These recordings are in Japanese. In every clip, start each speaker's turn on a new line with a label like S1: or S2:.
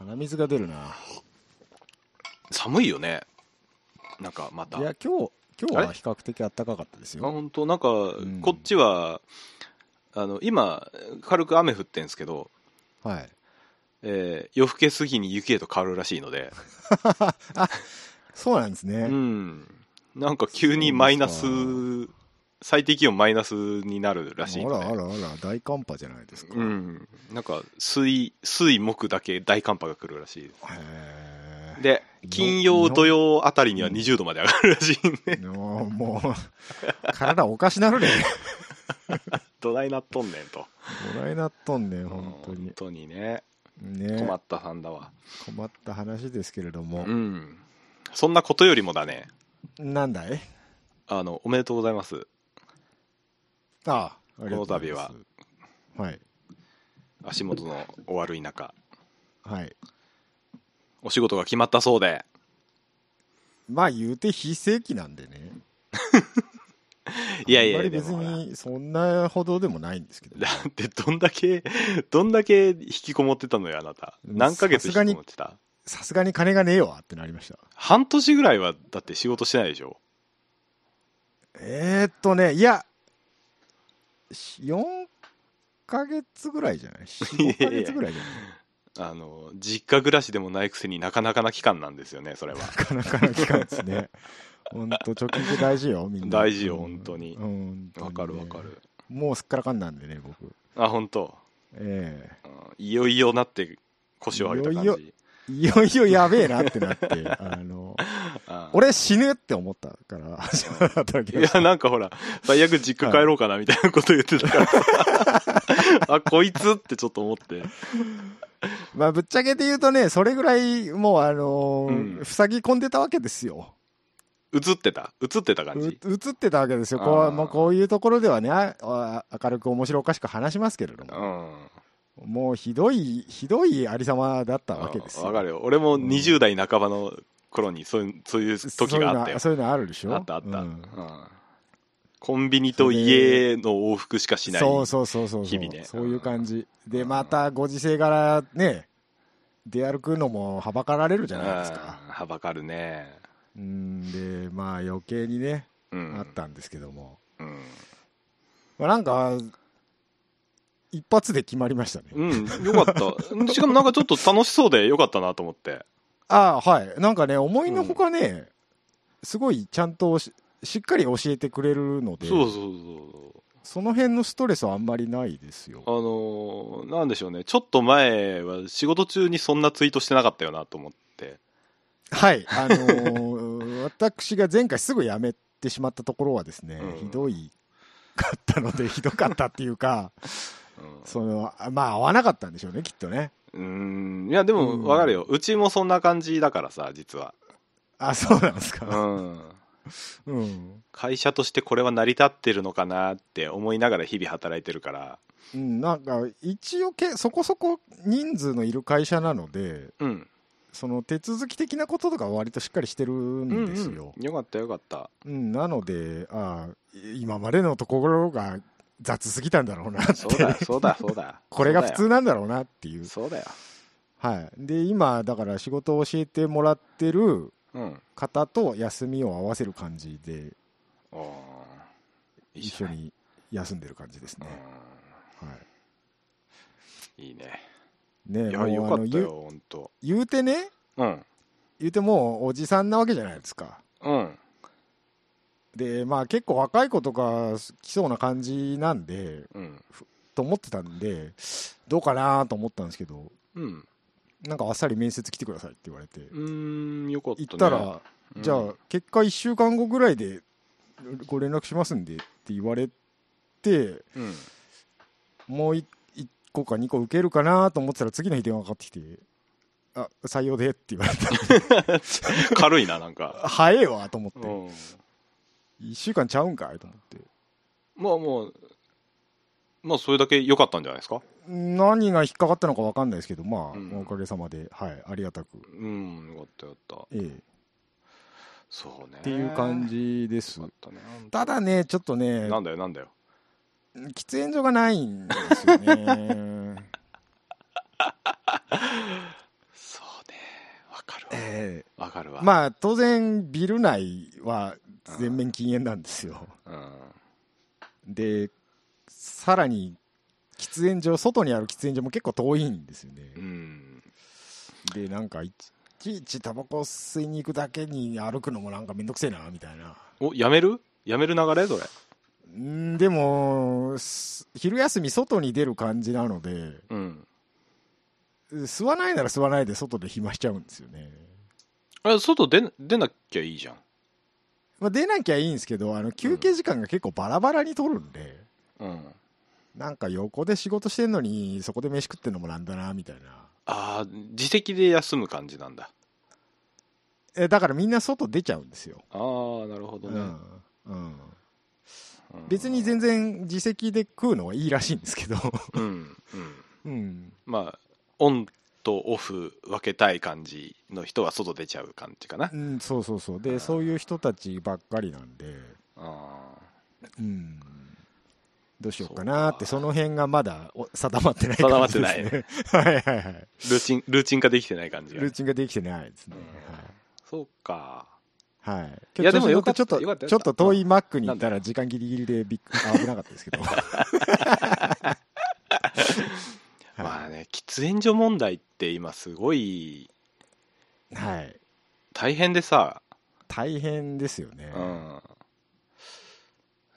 S1: 鼻水が出るな。
S2: 寒いよねなんかまた
S1: いや、今日、今日は比較的暖かかったです
S2: あ
S1: よ。
S2: 本当なんか、
S1: ん
S2: こっちはあの今軽く雨降ってんですけど、
S1: はい。
S2: えー夜更け過ぎに雪へと変わるらしいので、
S1: そうなんですね。
S2: うん、なんか急にマイナス
S1: そう
S2: 最低気温マイナスになるらし
S1: あ
S2: いの
S1: ら
S2: で
S1: あらあら、大寒波じゃないですか。
S2: う
S1: へ
S2: ん、なんか水水木だけ大寒波が来るらしいです
S1: え。
S2: で金曜土曜あたりには20度まで上がるらしいんで
S1: もう、もう、体おかし なるね。
S2: どないなっとんねんと
S1: もらいなっとんね、本当に
S2: 本。当にね
S1: ね
S2: 困
S1: 困
S2: ったさんだわ
S1: った話ですけれども
S2: う。んそんなことよりもだね
S1: なんだい
S2: あのおめでとうございます
S1: ああ、ありがと
S2: の
S1: うござ
S2: 度
S1: い
S2: は
S1: ます。はい。
S2: 足元のお悪い中
S1: はい。
S2: お仕事が決まったそうで
S1: まあ言うて非正規なんでね。
S2: いや
S1: あ
S2: い
S1: ん
S2: や
S1: まり
S2: で
S1: 別
S2: もほら
S1: にそんなほどでもないんですけど。
S2: だってどんだけどんだけ引きこもってたのよあなた何ヶ月引
S1: さすが
S2: きこ
S1: に
S2: もってた
S1: さすがに金がねえわってなりました。
S2: 半年ぐらいはだって仕事してないでしょ
S1: えー、っとね、いや、4ヶ月ぐらいじゃない ?4、5ヶ月ぐらいじゃない
S2: あの実家暮らしでもないくせになかなかな期間なんですよねそれは
S1: なかなかの期間です ね。ほんと、貯金って大事よ、みんな。
S2: 大事よ
S1: うん
S2: 本当に
S1: うん
S2: わかるわか。る
S1: もうすっからかんなんでね、僕。
S2: あ本当、
S1: え
S2: うんいよいよなって腰を上げた感じ
S1: いよいえいよいよやべえなってなって、 あの、
S2: あ
S1: 俺死ぬって思ったから、始まったわけ
S2: いやなんかほら最悪実家帰ろうかなみたいなこと言っ てたからさあこいつってちょっと思って
S1: まあ、ぶっちゃけて言うとね、それぐらい、もう、あのー
S2: うん
S1: 塞ぎ込んでたわけですよ。
S2: 映ってた映ってた感
S1: う
S2: じ
S1: 映ってたわけですよ。こ
S2: あー
S1: うまあ、こういうところではね、ああ明るく面白おかしく話しますけれど
S2: う
S1: も、
S2: ん
S1: もうひどい、ひどいありさまだったわけですよ。
S2: わかるよ俺も
S1: うん
S2: 20代半ばの頃にそういうそういう時があったよ
S1: そういうのそういうのあるでしょ
S2: あったあった、
S1: う
S2: うん
S1: ん
S2: コンビニと家の往復しかしない
S1: そうそうそうそうそう。
S2: 日々ね
S1: そういう感じ。で、
S2: うん
S1: またご時世柄ね、出歩くのもはばかられるじゃないですか。
S2: うんはばかるね
S1: うん、で、まあ余計にね、
S2: うん
S1: あったんですけども。
S2: うん、
S1: まあ、なんか、一発で決まりましたね。
S2: うん、よ かったしかもなんかちょっと楽しそうでよかったなと思って
S1: ああ、はい。なんかね、思いのほかね、すごいちゃんとししっかり教えてくれるので、
S2: そうそうそう
S1: その辺のストレスはあんまりないですよ
S2: あ。のーなんでしょうねちょっと前は仕事中にそんなツイートしてなかったよなと思って
S1: はい。あのー 私が前回すぐ辞めてしまったところはですね、
S2: うん
S1: ひどいかったので、ひ どかったっていうか、
S2: うん
S1: その、あまあ、合わなかったんでしょうね、きっとね。
S2: うーんいやでもわかるよ、うちもそんな感じだからさ 実は
S1: あ、そうなんです
S2: う
S1: か。
S2: ん
S1: うん。
S2: 会社としてこれは成り立ってるのかなって思いながら日々働いてるから
S1: うん、なんか、一応け、そこそこ人数のいる会社なので、
S2: うん
S1: その手続き的なこととかは割としっかりしてるんですよ。
S2: うんうんよかったよかった
S1: うんなのでああい今までのところが雑すぎたんだろうなって
S2: そう だそうだそうだ
S1: これが普通なんだろうなっていう。
S2: そうだよ
S1: はい、で今だから仕事を教えてもらってる
S2: そうだよ
S1: 方と休みを合わせる感じで
S2: うんおーいい
S1: 一
S2: じゃ
S1: 緒
S2: ない
S1: に休んでる感じですね。はい
S2: うんいいね
S1: い、ね
S2: い
S1: も
S2: や
S1: う
S2: よか
S1: あの
S2: った
S1: 言
S2: よ
S1: う
S2: ほんと
S1: 言うてね
S2: うん
S1: 言うてもうおじさんなわけじゃないですか。
S2: うん
S1: でまあ結構若い子とか来そうな感じなんで
S2: うん
S1: と思ってたんでどうかなと思ったんですけど
S2: うん
S1: なんかあっさり面接来てくださいって言われて
S2: うーんよかった、ね、
S1: 行ったら、
S2: うん
S1: じゃあ結果1週間後ぐらいでご連絡しますんでって言われて
S2: うん
S1: もう 1, 個か2個受けるかなと思ってたら次の日電話かかってきて「あ採用で」って言われて
S2: 軽いななんか
S1: 早えわと思って
S2: うん
S1: 1週間ちゃうんかいと思って
S2: まあもうまあそれだけ良かったんじゃないですか
S1: 何が引っかかったのか分かんないですけどまあ、
S2: うん
S1: おかげさまで、はい、ありがたく。
S2: うんよかったよかった
S1: ええ
S2: そうね
S1: っていう感じです
S2: よかったね本当
S1: ただねちょっとね
S2: なんだよなんだよ
S1: 喫煙所がないんですよね
S2: そかるわ。
S1: え
S2: わかる
S1: え
S2: わ。
S1: まあ、当然、ビル内は全面禁煙なんですよ。
S2: うん。
S1: で、さらに、喫煙所、外にある喫煙所も結構遠いんですよね
S2: う。ん。
S1: で、なんか、いちいちタバコ吸いに行くだけに歩くのもなんかめんどくせえな、みたいな。
S2: お、やめるやめる流れそれ。
S1: んーでも、す昼休み外に出る感じなので、
S2: うん。
S1: 吸わないなら吸わないで外で暇しちゃうんですよね。
S2: あ外出な出なきゃいいじゃん。
S1: まあ、出なきゃいいんですけど、あの休憩時間が結構バラバラに取るんで、
S2: うん。
S1: なんか横で仕事してんのに、そこで飯食ってんのもなんだな、みたいな。
S2: ああ、自責で休む感じなんだ。
S1: えだからみんな外出ちゃうんですよ。
S2: ああ、なるほど
S1: う
S2: ね。
S1: んうん、
S2: うん
S1: 別に全然自席で食うのはいいらしいんですけど、
S2: うん。うん。
S1: うん、
S2: まあ、オンとオフ分けたい感じの人は外出ちゃう感じかな
S1: う。ん、そうそうそう
S2: あー
S1: でそういう人たちばっかりなんで、
S2: ああ。
S1: うん、どうしようかなって
S2: そ
S1: そう
S2: か
S1: の辺がまだお定まってない
S2: 定
S1: 感
S2: まって
S1: じで
S2: な
S1: す
S2: い
S1: ね はいはいはい
S2: ルーチン、ルーチン化できてない感じが
S1: ルー。チンができてないですね、
S2: そうか。
S1: はいはい、
S2: いやでもよかった
S1: ちょっと
S2: よかったよ
S1: ち
S2: か
S1: ょ
S2: っ
S1: ったと遠いマックに行ったら時間ギリギリでびっくあ危なかったです けど、はい
S2: まあね、喫煙所問題って今すごい
S1: はい、
S2: 大変でさ、
S1: 大変ですよね、
S2: うん。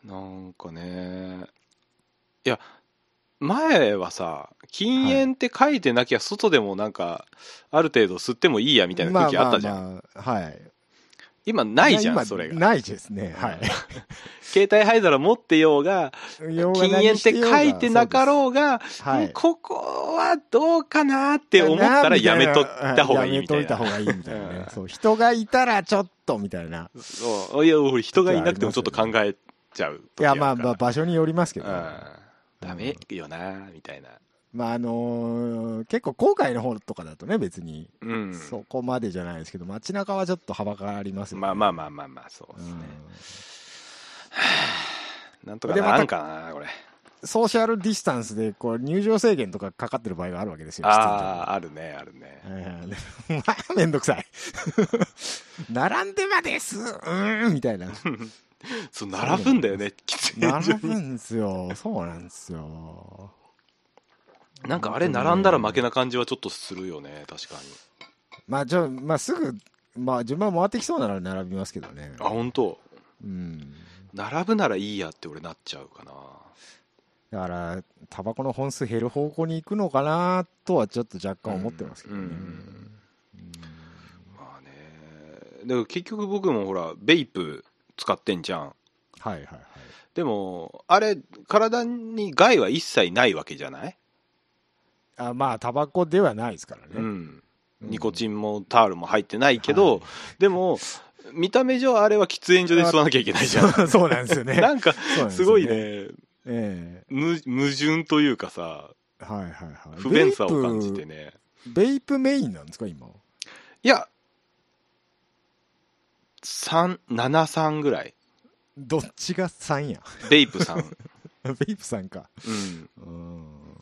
S2: なんかね、いや、前はさ、禁煙って書いてなきゃ外でもなんか、ある程度吸ってもいいやみたいな空気あったじゃん。
S1: まあまあまあはい
S2: 今ないじ
S1: い
S2: ゃ
S1: や今
S2: ん、それが。
S1: ないですねはい
S2: 携帯灰皿持ってようが、
S1: 要は
S2: 禁煙って書いてなかろうが、
S1: うが、はい、
S2: うんここはどうかなって思ったらやめとった方がいいみた
S1: や
S2: い
S1: めといた
S2: な
S1: 方。がいいみたいなね
S2: うん
S1: そう人がいたらちょっとみたいな
S2: そういや、俺人がいなくてもちょっと考えちゃう
S1: い
S2: 時
S1: や
S2: るか
S1: ま
S2: ら
S1: あまあ場所によりますけど、
S2: うん。ダメよな、みたいな。
S1: まああのー結構郊外の方とかだとね別に
S2: うん。
S1: そこまでじゃないですけど街中はちょっと幅がありますよね
S2: まあまあまあまあまあ、そうですね。なんとか
S1: でま
S2: な
S1: た
S2: らんかな、これ。
S1: うんソーシャルディスタンスでこう入場制限とかかかってる場合があるわけですよ
S2: ああ、あるね、あるね。
S1: はいはいでもまあ、めんどくさい。 並んでまですうーんみたいな。
S2: そう、並ぶんだよね、喫煙
S1: 並
S2: 所
S1: ぶ
S2: に。
S1: んですよ。そうなんですよ。
S2: なんかあれ、並んだら負けな感じはちょっとするよね、確かに。
S1: まあ、じゃあまあ、すぐ、まあ、順番回ってきそうなら並びますけどね。
S2: あ、本当
S1: うん。
S2: 並ぶならいいやって俺なっちゃうかな。
S1: だから、タバコの本数減る方向に行くのかなとはちょっと若干思ってますけどね。
S2: うんうん
S1: うん
S2: まあね。だから結局僕もほら、ベイプ使ってんじゃん。
S1: はいはいはい。
S2: でも、あれ、体に害は一切ないわけじゃない
S1: あまあ、タバコではないですからね。
S2: うん。
S1: うん
S2: ニコチンもタオルも入ってないけど、
S1: は
S2: でも、見た目上あれは喫煙所で吸わなきゃいけないじゃん。
S1: い そうなんですよね。
S2: なんか、
S1: そうなんですよ
S2: ごい。ね、
S1: ええ
S2: む矛盾というかさ、
S1: はいはいはい。
S2: 不便さを感じてね。
S1: ベイプメインなんですか、今。
S2: いや、三七三ぐらい。
S1: どっちが3や。
S2: ベイプさん。うん。
S1: ベイプ3か。
S2: だ
S1: うん。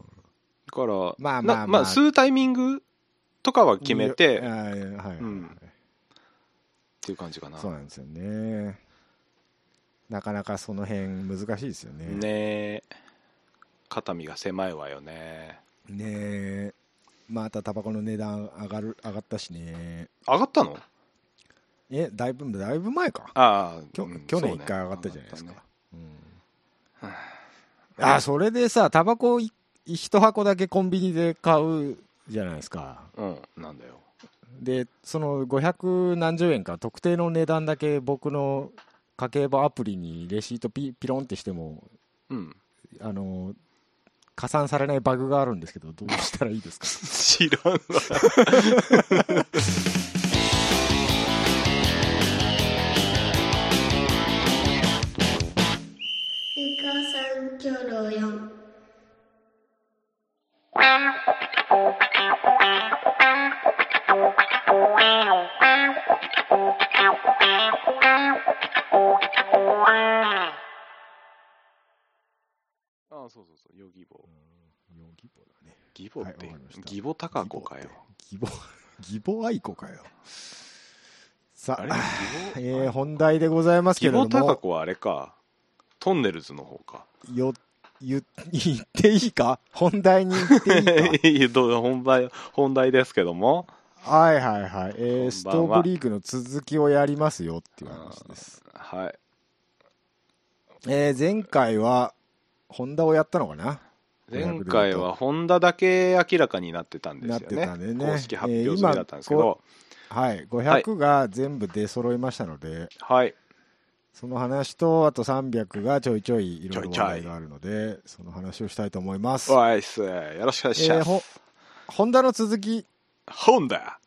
S2: から、
S1: まあまあ
S2: な
S1: まあ
S2: 吸うタイミングとかは決めて、
S1: あ
S2: っ
S1: ーはいはいはい、
S2: うんていう感じかな。
S1: そうなんですよね。なかなかその辺難しいですよね。
S2: ねえ。肩身が狭いわよね。
S1: ねえまたタバコの値段上がる上がったしね。
S2: 上がったの
S1: え、だいぶ、だいぶ前か。
S2: ああ、
S1: きょ
S2: うん
S1: 去
S2: そ
S1: 年
S2: うね
S1: 1回上がったじゃないですか
S2: 上がっ。
S1: うんあー、それでさ、タバコい一箱だけコンビニで買うじゃないですか。
S2: たねうん、なんだよ。
S1: でその500何十円か特定の値段だけ僕の家計簿アプリにレシートピピロンってしても
S2: うん。
S1: あの加算されないバグがあるんですけどどうしたらいいですか
S2: 知らんわ。
S3: ゆかさんきょろよん。
S2: ああ、そうそうそう、ヨギボ。
S1: うんヨギボだね
S2: ギボって
S1: はいわかりまし、た
S2: ギボタカコかよ。
S1: ギボ義母愛子かよ。さ
S2: あれ
S1: あ、え
S2: 希
S1: ー
S2: 望
S1: 本題でございますけ
S2: 希
S1: れど
S2: 望高
S1: も、
S2: 子はあれかトンネルズの方か
S1: よ、言、言っていいか本題に言っていいか
S2: いやどう本題本題ですけども
S1: はいはいはい、えース
S2: こんばんは
S1: トーブリーグの続きをやりますよっていう話です、
S2: はい
S1: えー前回はホンダをやったのかな
S2: 前回はホンダだけ明らかになってたんですよね
S1: なってたね
S2: 公式発表済みだったんですけ
S1: えー今
S2: ど、
S1: はい
S2: はい
S1: 500が全部出揃いましたので、
S2: はい
S1: その話とあと300がちょいちょいいろいろ
S2: ちょいちょい
S1: 話題があるのでその話をしたいと思います
S2: わいっすよろしくお願いし
S1: えー
S2: ま
S1: ほ
S2: す、
S1: ホンダの続き、
S2: ホンダ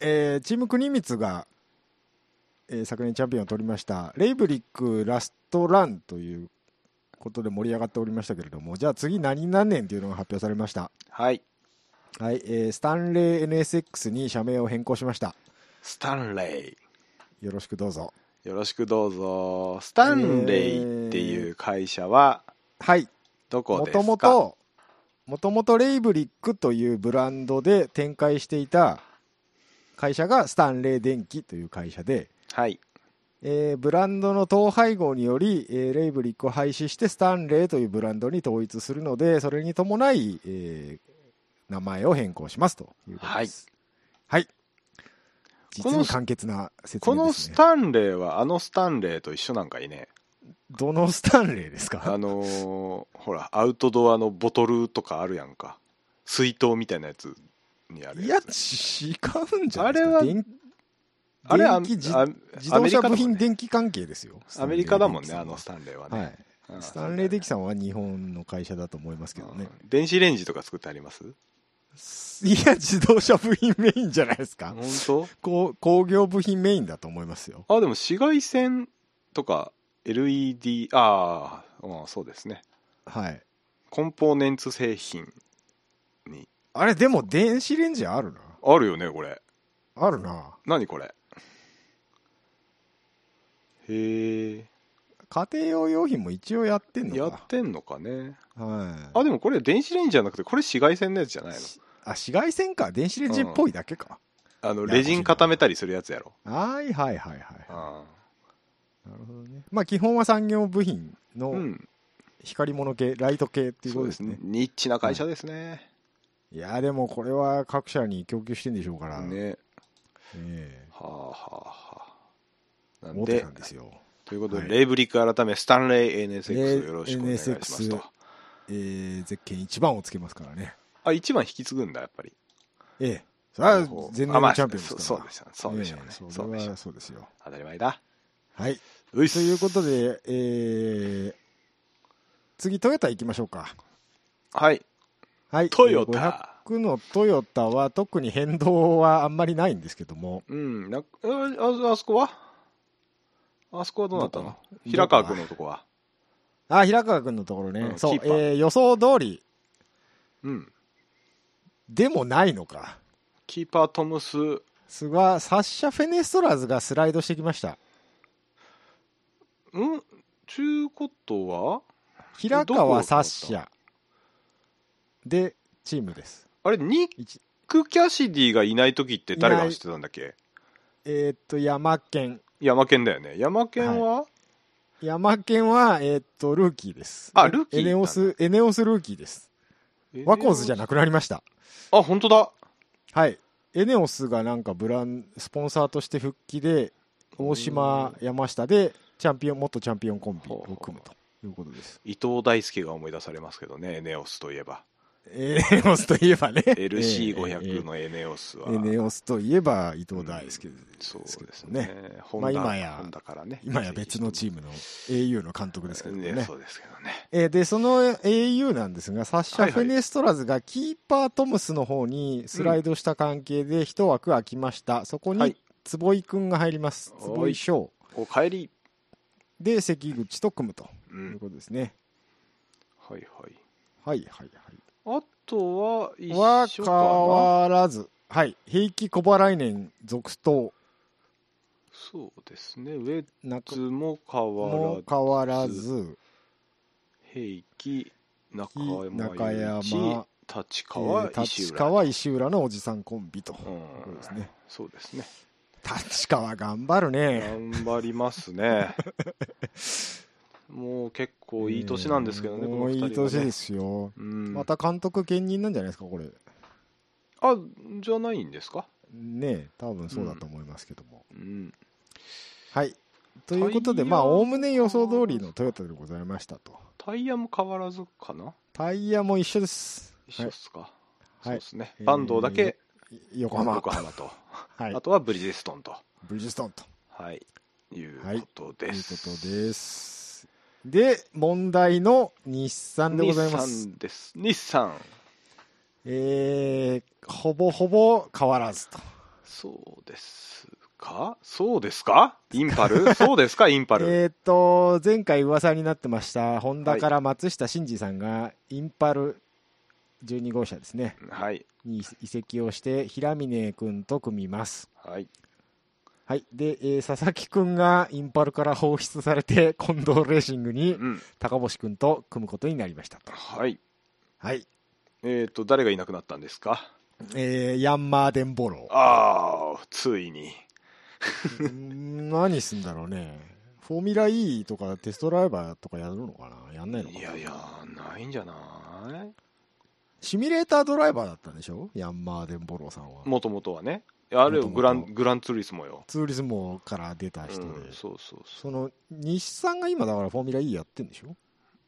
S1: えーチーム国光が、えー昨年チャンピオンを取りましたレイブリックラストランということで盛り上がっておりましたけれどもじゃあ次何何年というのが発表されました
S2: はい
S1: はい、えースタンレー NSX に社名を変更しました。
S2: スタンレ
S1: よろしくどうぞ。
S2: イよろしくどうぞスタンレイっていう会社は
S1: はい、
S2: どこ
S1: も
S2: ですか
S1: ともと、もともとレイブリックというブランドで展開していた会社がスタンレー電機という会社で、
S2: はい
S1: えーブランドの統廃合により、えーレイブリックを廃止してスタンレーというブランドに統一するので、それに伴い、えー名前を変更しますということです。はい。実
S2: この
S1: に簡潔な説
S2: こ
S1: 明
S2: の
S1: です、
S2: ス
S1: ね。
S2: タンレーはあのスタンレーと一緒なんかいね
S1: どのスタンレーですか
S2: あのーほらアウトドアのボトルとかあるやんか水筒みたいなやつにある
S1: いや、
S2: や
S1: 違
S2: つ
S1: うんじゃないですか。
S2: あれは
S1: 電
S2: あれあ
S1: 電気自
S2: あ
S1: 自
S2: アメ
S1: 動
S2: リカ
S1: 車
S2: だ
S1: 部
S2: もんね
S1: 品電気関係ですよ。
S2: アメリカだもんね、
S1: スタ
S2: あ
S1: ンレ
S2: の
S1: ー
S2: スタンレーは
S1: 電機さんは
S2: ね。う
S1: は
S2: ん
S1: い。スタンレー・デキさんは日本の会社だと思いますけどね。
S2: うん電子レンジとか作ってあります
S1: いや、自動車部品メインじゃないですか。
S2: 本
S1: こう工業部品メインだと思いますよ。
S2: 当あ、でも紫外線とか LED、ああ、うんそうですね。
S1: はい。
S2: コンポーネンツ製品に。
S1: あれ、でも電子レンジあるな。
S2: あるよね、これ。
S1: あるな。
S2: 何これ。へえ。
S1: 家庭用用品も一応やってん
S2: や
S1: の
S2: っ
S1: か。
S2: てんのかね。
S1: はい。
S2: あ、でもこれ電子レンジじゃなくて、これ紫外線のやつじゃないの
S1: しあ、紫外線か。電子レンジっぽいだけか。
S2: あの、
S1: や
S2: レジン固めたりするやつやろ。
S1: はいはいはいはい。
S2: あ
S1: なるほどね。まあ基本は産業部品
S2: あう
S1: の
S2: ん。
S1: 光り物系、ライト系っていう
S2: そ
S1: こと
S2: うで
S1: ですすね。
S2: ね。ニッチな会社ですね。
S1: いやでもこれは各社に供給してんでしょうから。ね
S2: ね。
S1: え
S2: はあはあはあ。なん
S1: 大手
S2: で
S1: な、んですよ。
S2: ということで、
S1: はい
S2: レイブリック改め、スタンレイ NSX
S1: ね
S2: をよろしくお願いしますと
S1: NSX。えー、ゼッケン1番をつけますからね。
S2: あ、一番引き継ぐんだ、やっぱり。
S1: ええ。それは前年
S2: あま
S1: の
S2: あ
S1: チャンピオンですから。
S2: そうそうでしょうね。そうでしょうね。
S1: ええそうれ
S2: そでしょ
S1: は
S2: う。
S1: そうですよ。
S2: 当たり前だ。
S1: はい。
S2: ういっす
S1: ということで、えー、次トヨタ行きましょうか。
S2: はい。
S1: はい。
S2: トヨタ
S1: 500のトヨタは特に変動はあんまりないんですけども。
S2: うん。なあああそこはあそこはどうなった
S1: ど
S2: の
S1: こ
S2: 平川君のとこは。
S1: あ、平川君のところね。
S2: うん
S1: そう
S2: キ、ーパー
S1: えー予想通り
S2: うん。
S1: でもないのか。
S2: キーパートムス、
S1: すが、サッシャ・フェネストラーズがスライドしてきました。
S2: うんちゅうことは
S1: 平川サッシャでチームです。
S2: あれ、ニック・キャシディがいないときって誰が走ってたんだっけ
S1: えーっと、山県。
S2: 山県だよね。山県は
S1: 山県は、えーっと、ルーキーです。
S2: あルーキー
S1: エネオス、エネオスルーキーです。ワコーズじゃなくなりました。
S2: あ、本当だ。
S1: はい。エネオスがなんかブラン、スポンサーとして復帰で、大島、山下で、チャンピオン、元チャンピオンコンビを組むということです。
S2: 伊藤大輔が思い出されますけどね、エネオスといえば。
S1: エネオスとい えばね。
S2: LC500 のエネオスは。
S1: エネオスといえば伊藤大輔ですけ
S2: そ
S1: どね。
S2: うですね。ホ
S1: まあ
S2: ンダ
S1: 今や
S2: ホンダからね。
S1: 今や別のチームの au の監督ですけどね
S2: ね。そうですけどね。
S1: えーでその au なんですがサッシ
S2: は
S1: ャ・
S2: いは
S1: フ
S2: い
S1: ェネストラズがキーパートムスの方にスライドした関係で一枠空きました、そこ
S2: はい
S1: に坪井君が入ります
S2: はい
S1: 坪井翔
S2: お帰り。
S1: で関口と組むと
S2: う。
S1: いうんことですね、
S2: はいはい。
S1: はいはいは
S2: あとは、一
S1: いは
S2: 緒かな。
S1: 変わらずはい平気小払い年続投
S2: そうですね。ウェッ
S1: 中
S2: ズも変わ
S1: も
S2: らず。
S1: 変わらず
S2: 平気、中
S1: 中
S2: 山
S1: 山
S2: 立
S1: え
S2: 川、
S1: ー
S2: 石
S1: 立
S2: 浦。
S1: 川石浦のおじさんコンビと。
S2: う
S1: ところ
S2: ん
S1: ですね。
S2: そうですね。
S1: 立川頑張るね。
S2: 頑張りますね。 もう結構いい年なんですけどね、
S1: えー
S2: こ
S1: も
S2: の
S1: うい
S2: 二人、ね。
S1: い年ですよ。
S2: うん。
S1: また監督兼任なんじゃないですか、これ。
S2: あ、じゃないんですか
S1: ねえ多分そうだと思いますけども。
S2: うん。
S1: はい。ということで、
S2: タイヤ
S1: まあ、おおむね予想通りのトヨタでございましたと。
S2: タイヤも変わらずかな
S1: タイヤも一緒です。
S2: 一緒っすか。そう
S1: は
S2: で
S1: い。
S2: すね。
S1: えー
S2: 坂東だけ
S1: 横浜。
S2: 横浜と、
S1: はい
S2: あ。とはブリヂストンと。
S1: ブリヂストンと
S2: はい。いう
S1: はい
S2: こと
S1: いう
S2: で
S1: こ
S2: す。
S1: とです。で、問題の日産でご
S2: 日
S1: ざいます。
S2: 産です。日産。
S1: えー、ほぼほぼ変わらずと。
S2: そうですかそうですかイン パルそうですかインパル。
S1: えーっと、前回噂になってました、ホンダから松下慎二さんが、インパル12号車ですね、
S2: はい。
S1: に移籍をして、平峰君と組みます。
S2: はい。
S1: はい。で、えー佐々木君がインパルから放出されて、近藤レーシングに
S2: うん。
S1: 高星君と組むことになりましたと。
S2: はい。
S1: はい。
S2: えっ、と、誰がいなくなったんですか
S1: えーヤンマーデンボ ロー。
S2: ああ、ついに。
S1: うーん何すんだろうね。フォーミュラ E とかテストドライバーとかやるのかなやんないのかない
S2: やいや、ないんじゃない
S1: シミュレータードライバーだったんでしょヤンマーデンボローさんは。
S2: もともとはね。あれ
S1: 元
S2: よ、
S1: 々
S2: グラン、グランツーリスモよ。
S1: ツーリズムから出た人で。
S2: うん、そうそうそう。
S1: その、日産が今だからフォーミュラ E やってんでしょ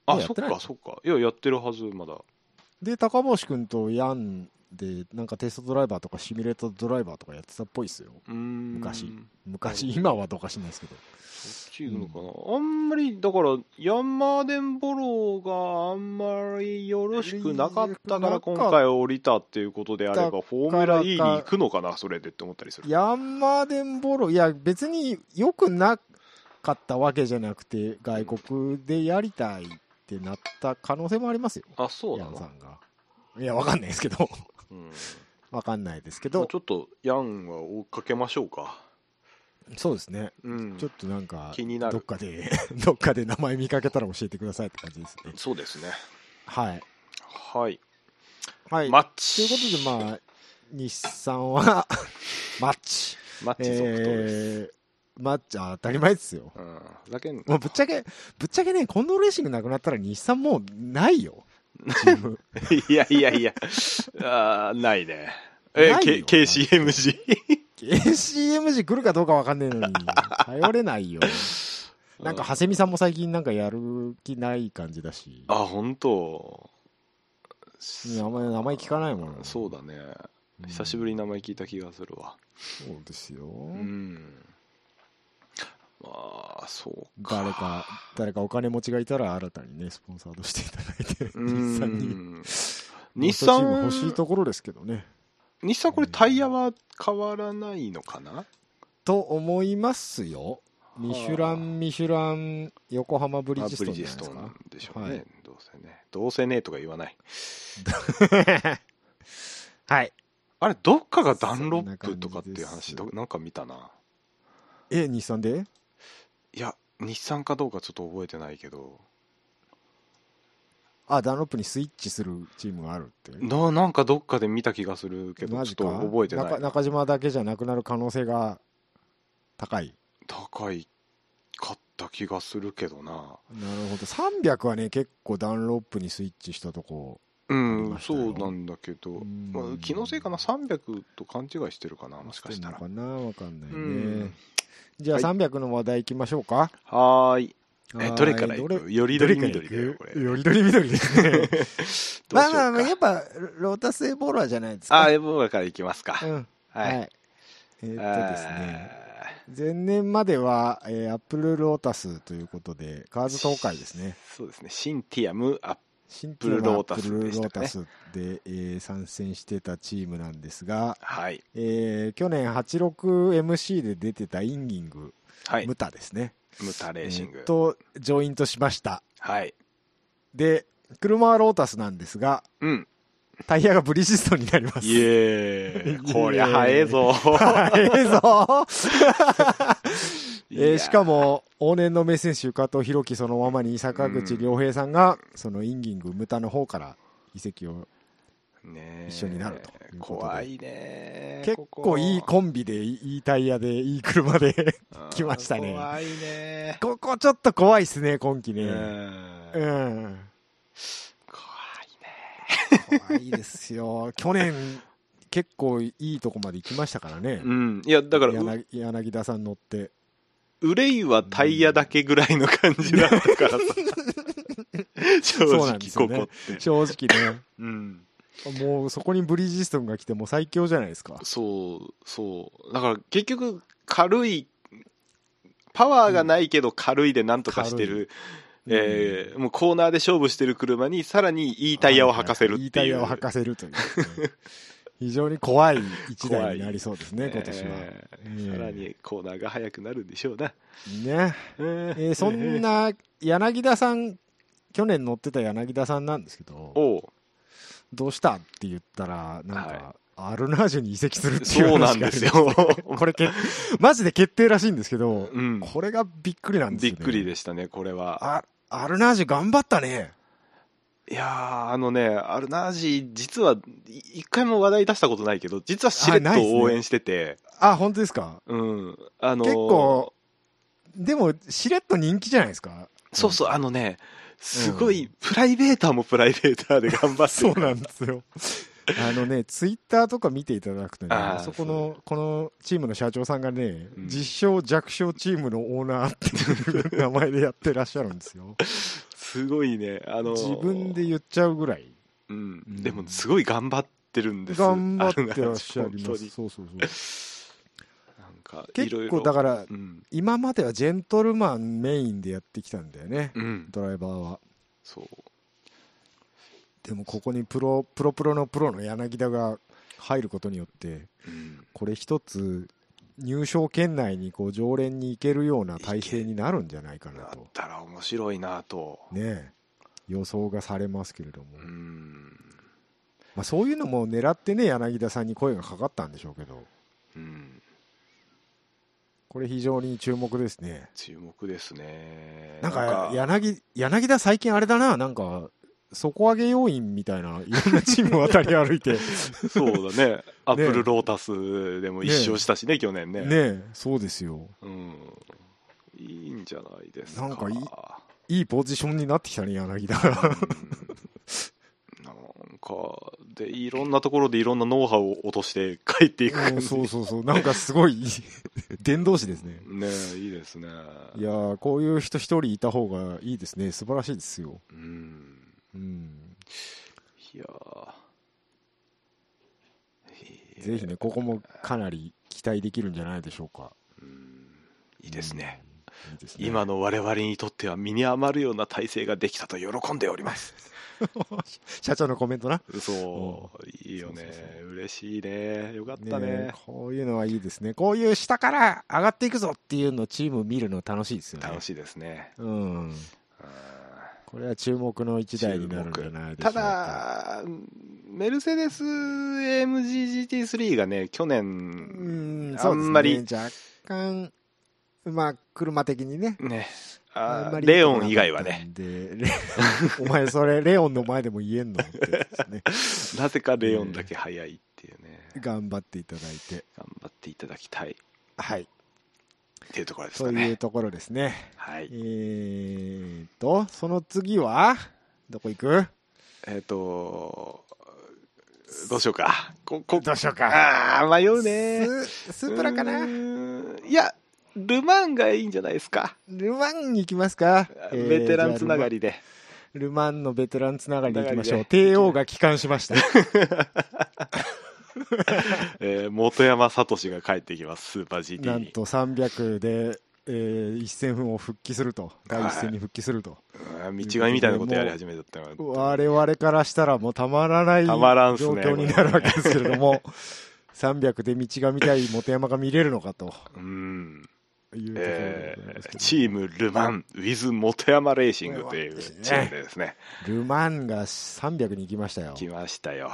S2: あ、
S1: もうや
S2: そ
S1: っ
S2: って
S1: ない
S2: かそっか。いや、やってるはず、まだ。
S1: で、高星君とヤンで、なんかテストドライバーとかシミュレータードライバーとかやってたっぽいっすよ。
S2: うーん。
S1: 昔
S2: う
S1: 昔、
S2: ん
S1: 今はどうかしないですけど。
S2: チーズのかな、あんまりだからヤンマーデンボローがあんまりよろしくなかったから
S1: よろしくな
S2: 今
S1: かった
S2: 回降りたっていうことであればフォーミュラ E に行くのかなそれでって思ったりする
S1: ヤンマーデンボロー、いや、別によくなかったわけじゃなくて、外国でやりたいってなった可能性もありますよ。
S2: あそうな
S1: ヤンさ
S2: の、
S1: んが。いや、わかんないですけど。
S2: うん
S1: わかんないですけ
S2: まあ
S1: ど
S2: ち、ょっとヤンは追っかけましょうか、
S1: そうですね。
S2: うん
S1: ちょっとなんか、
S2: 気になる
S1: どっかで、 どっかで名前見かけたら教えてくださいって感じですね。
S2: そうですね
S1: はい。
S2: はい、
S1: はい。
S2: マッ
S1: とい
S2: チ
S1: うことで、まあ、日産は、 マッチ。
S2: マッチ続投です、
S1: えー、マッチ、あ当たり前ですよ。
S2: うん、ふざけんな
S1: もうぶっちゃけ、ぶっちゃけね、近藤レーシングなくなったら日産もうないよ。チー ム
S2: いやいやいやあーないねえ
S1: ないよ
S2: K- KCMG
S1: ACMG 来るかどうかわかんねえのに、頼れない よ。 なんか、長谷見さんも最近なんかやる気ない感じだし。
S2: あ本当
S1: 名前、名前聞かないもん。
S2: そうだね
S1: うん
S2: 久しぶりに名前聞いた気がするわ
S1: そうですよ。
S2: うん、まあそうか
S1: 誰か、誰かお金持ちがいたら新たにね、スポンサードしていただいて、
S2: う
S1: 日産に。
S2: ん日
S1: ロ
S2: 産
S1: スチーム欲しいところですけどね。
S2: 日産これタイヤは変わらないのかな
S1: と思いますよ。ミシュラン、ミシュラン、横浜ブリ
S2: まあ
S1: ヂスト
S2: ブリ
S1: ンじ
S2: ヂ
S1: ゃないですか。
S2: ストンでしょうね、
S1: はい
S2: どうせねどうせねとか言わない
S1: はい。
S2: あれどっかがダンロップとかっていう
S1: そ
S2: 話
S1: んな感
S2: どなんか見たな
S1: え、日産で
S2: いや日産かどうかちょっと覚えてないけど
S1: あ、ダンロップにスイッチするチームがあるって。
S2: ななんかどっかで見た気がするけど
S1: マ
S2: ちょっ
S1: ジ
S2: と
S1: か
S2: 覚えてない
S1: 中中島だけじゃなくなる可能性が高い。
S2: 高いかった気がするけどな
S1: なるほど。300はね、結構ダンロップにスイッチしたとこ。
S2: う
S1: あり
S2: ん
S1: ました
S2: そ
S1: よ
S2: うなんだけど
S1: うん
S2: まあ、気のせいかな300と勘違いしてるかなもしかしたら
S1: してんのかなわかんないね。
S2: うん
S1: じゃあ
S2: はい
S1: 300の話題いきましょうか。
S2: はーいえ
S1: は
S2: どれからい
S1: どれ
S2: くよりどり緑だよこれ どうしよ
S1: よりどり 緑ですね。
S2: うか
S1: まあまあまあ、やっぱ、ロータスエボーラーじゃないです
S2: あ
S1: か。
S2: ー僕からいきますか、
S1: うん。はい。
S2: はい
S1: えーっとですね。
S2: あ
S1: 前年までは、えーアップルロータスということで、カーズ東海ですね
S2: ー。そうですねシンティアムアッ
S1: シン
S2: プルロータス
S1: アップル
S2: でし
S1: ロータ
S2: たかね
S1: スで、えー参戦してたチームなんですが、
S2: はい
S1: えー去年 86MC で出てたインギング、
S2: はい
S1: ムタですね。
S2: ムタレーシング、
S1: えーと、ジョイントしました。
S2: はい
S1: で、車はロータスなんですが、
S2: うん
S1: タイヤがブリヂストンになります。
S2: イエーイ こりゃ
S1: イエーイ
S2: 早えぞ
S1: え えぞ、え
S2: い
S1: ー
S2: や
S1: しかも、往年の名選手、加藤弘樹そのままに坂口良平さんが、そのインギング、ムタの方から移籍を
S2: ねえ
S1: 一緒になるということで
S2: 怖いね
S1: 結構いいコンビで、いいタイヤで、いい車 で、来ましたね
S2: うん怖いね
S1: ここちょっと怖いっすね、今季
S2: う
S1: ね。
S2: ん
S1: う
S2: 怖い
S1: ん。
S2: ね
S1: 怖いですよ。去年、結構いいとこまで行きましたからね。
S2: うんいやだからう
S1: 柳柳田さん乗って。
S2: 憂いはタイヤだけぐらいの感じだったから さ正
S1: そうなん
S2: 直
S1: ですよ
S2: こ
S1: ね
S2: こって
S1: 正直ね。
S2: うん
S1: もうそこにブリヂストンが来てもう最強じゃないですか。
S2: そうそうだから結局軽いパワーがないけど軽いでなんとかしてる、えーもうコーナーで勝負してる車にさらにいいタイヤを履かせるっていう、
S1: いいタイヤを履かせるという。うん非常に怖い一台になりそうですね、今年は。
S2: え
S1: え
S2: ー
S1: え
S2: さらにコーナーが速くなるんでしょうな、
S1: ね。えー そんな柳田さん、去年乗ってた柳田さんなんですけど、
S2: おう
S1: どうしたって言ったら、なん
S2: は
S1: か、アルナージュに移籍するっていう
S2: そうな
S1: 話
S2: ん
S1: があ
S2: で
S1: り
S2: す
S1: ま
S2: よ
S1: し、た。これけ、マジで決定らしいんですけど、
S2: うん、
S1: これがびっくりなんです
S2: びっ
S1: よね。
S2: くりでしたねこれは
S1: あアルナージュ頑張ったね。
S2: いやーあのねアルナージ実はい一回も話題出したことないけど実はしれっ
S1: あないっす
S2: と
S1: ね
S2: 応援してて、
S1: あ、本当ですか
S2: うんあのー
S1: 結構、でも、しれっと人気じゃないですか。
S2: そうそう、
S1: なんか
S2: あのね、すごい、プライベーターもプライベーターで頑張って
S1: そうなん
S2: だ。
S1: です よ。あのね、ツイッターとか見ていただくとね、
S2: あー
S1: あそこの、このチームの社長さんがね、
S2: うん
S1: 実証弱小チームのオーナーっていう名前でやってらっしゃるんですよ。
S2: すごいね、 あの、
S1: 自分で言っちゃうぐらい、
S2: うん
S1: うん
S2: でも、すごい頑張ってるんです
S1: 頑張ってらっしゃ
S2: あ
S1: い
S2: る
S1: ま
S2: な本当
S1: す。
S2: に
S1: そうそうそう。
S2: なんか、いろ
S1: 結
S2: い
S1: 構、
S2: ろ。
S1: だから、
S2: うん、
S1: 今まではジェントルマンメインでやってきたんだよね、
S2: うん、
S1: ドライバーは。
S2: そう。
S1: でもここにプロプロプロのプロの柳田が入ることによって
S2: うん
S1: これ一つ入賞圏内にこう常連に行けるような体制になるんじゃないかな
S2: なっ
S1: と
S2: たら面白いなと。
S1: ねえ予想がされますけれども、
S2: うん。
S1: まあ、そういうのも狙ってね柳田さんに声がかかったんでしょうけど
S2: うん。
S1: これ非常に注目ですね
S2: 注目ですね。
S1: なんか柳柳田最近あれだななんか底上げ要員みたいないろんなチームを渡り歩いて
S2: そうだね。アップルロータスでも一勝したしね、去年
S1: ね
S2: ね。
S1: えそうですよ
S2: うん。いいんじゃないですか。
S1: なんかいいいいポジションになってきたね柳田が
S2: うんなんかでいろんなところでいろんなノウハウを落として帰っていく
S1: う
S2: 感
S1: ん
S2: じ
S1: そうそうそう、なんかすご い、伝道師ですね。
S2: ねいいですね
S1: いやー、こういう人一人いた方がいいですね、素晴らしいですよ。
S2: うん
S1: うん、
S2: いやー
S1: ぜひね、ここもかなり期待できるんじゃないでしょうか。
S2: うんいいですね、
S1: うん。いいですね
S2: 今の我々にとっては身に余るような体制ができたと喜んでおります
S1: 社長のコメントな。
S2: そういいよね
S1: そうそうそう
S2: 嬉しいねよかったね
S1: ねこういうのはいいですね。こういう下から上がっていくぞっていうのをチーム見るの楽しいですよね。
S2: 楽しいですね
S1: うん。
S2: うん
S1: これは注目の一台になるんじゃないでしょ
S2: た
S1: うか。
S2: だ、メルセデス AMG GT3 がね、去
S1: う
S2: 年、
S1: ん、
S2: あんまり
S1: そうですね若干、まあ、車的にね、
S2: ね、
S1: あん
S2: あ
S1: まり
S2: レオン以外はね、
S1: で。レ お前それレオンの前でも言えんのってですね。
S2: なぜかレオンだけ早いっていうね、
S1: 頑張っていただいて。
S2: 頑張っていただきたいっ
S1: はい。
S2: ていうところです
S1: と
S2: か
S1: いう
S2: ね。
S1: ところですね。
S2: は
S1: え
S2: い。
S1: ーっと、その次は、どこ行く
S2: えっ、と、どうしようか。ここ
S1: どうしようか。
S2: ああ、迷うね。
S1: ススープラか
S2: う
S1: な
S2: ーんいや、ルマンがいいんじゃないですか。
S1: ルマンに行きますか。えー
S2: ベテランつなが。りで。
S1: じゃあルマルマンのベテランつながりで行きましょう。
S2: つながりで
S1: 帝王が帰還しました。
S2: えー元山聡が帰ってきます、スーパー GT
S1: な
S2: に。
S1: んと300で、えー、一戦分を復帰すると。第一戦に復帰すると。
S2: うん道がみたいなことやり始めちゃったよ
S1: 我々からしたらもうたまらない状
S2: たまらんっすね
S1: 況になるわけですけれど も、300で道が見たい本山が見れるのかと
S2: うん、
S1: いうところで
S2: え
S1: ございますけど
S2: ーチームルマン with 元山レーシングというチームでですね
S1: ル・マンが300に行きましたよ。
S2: 来ましたよいや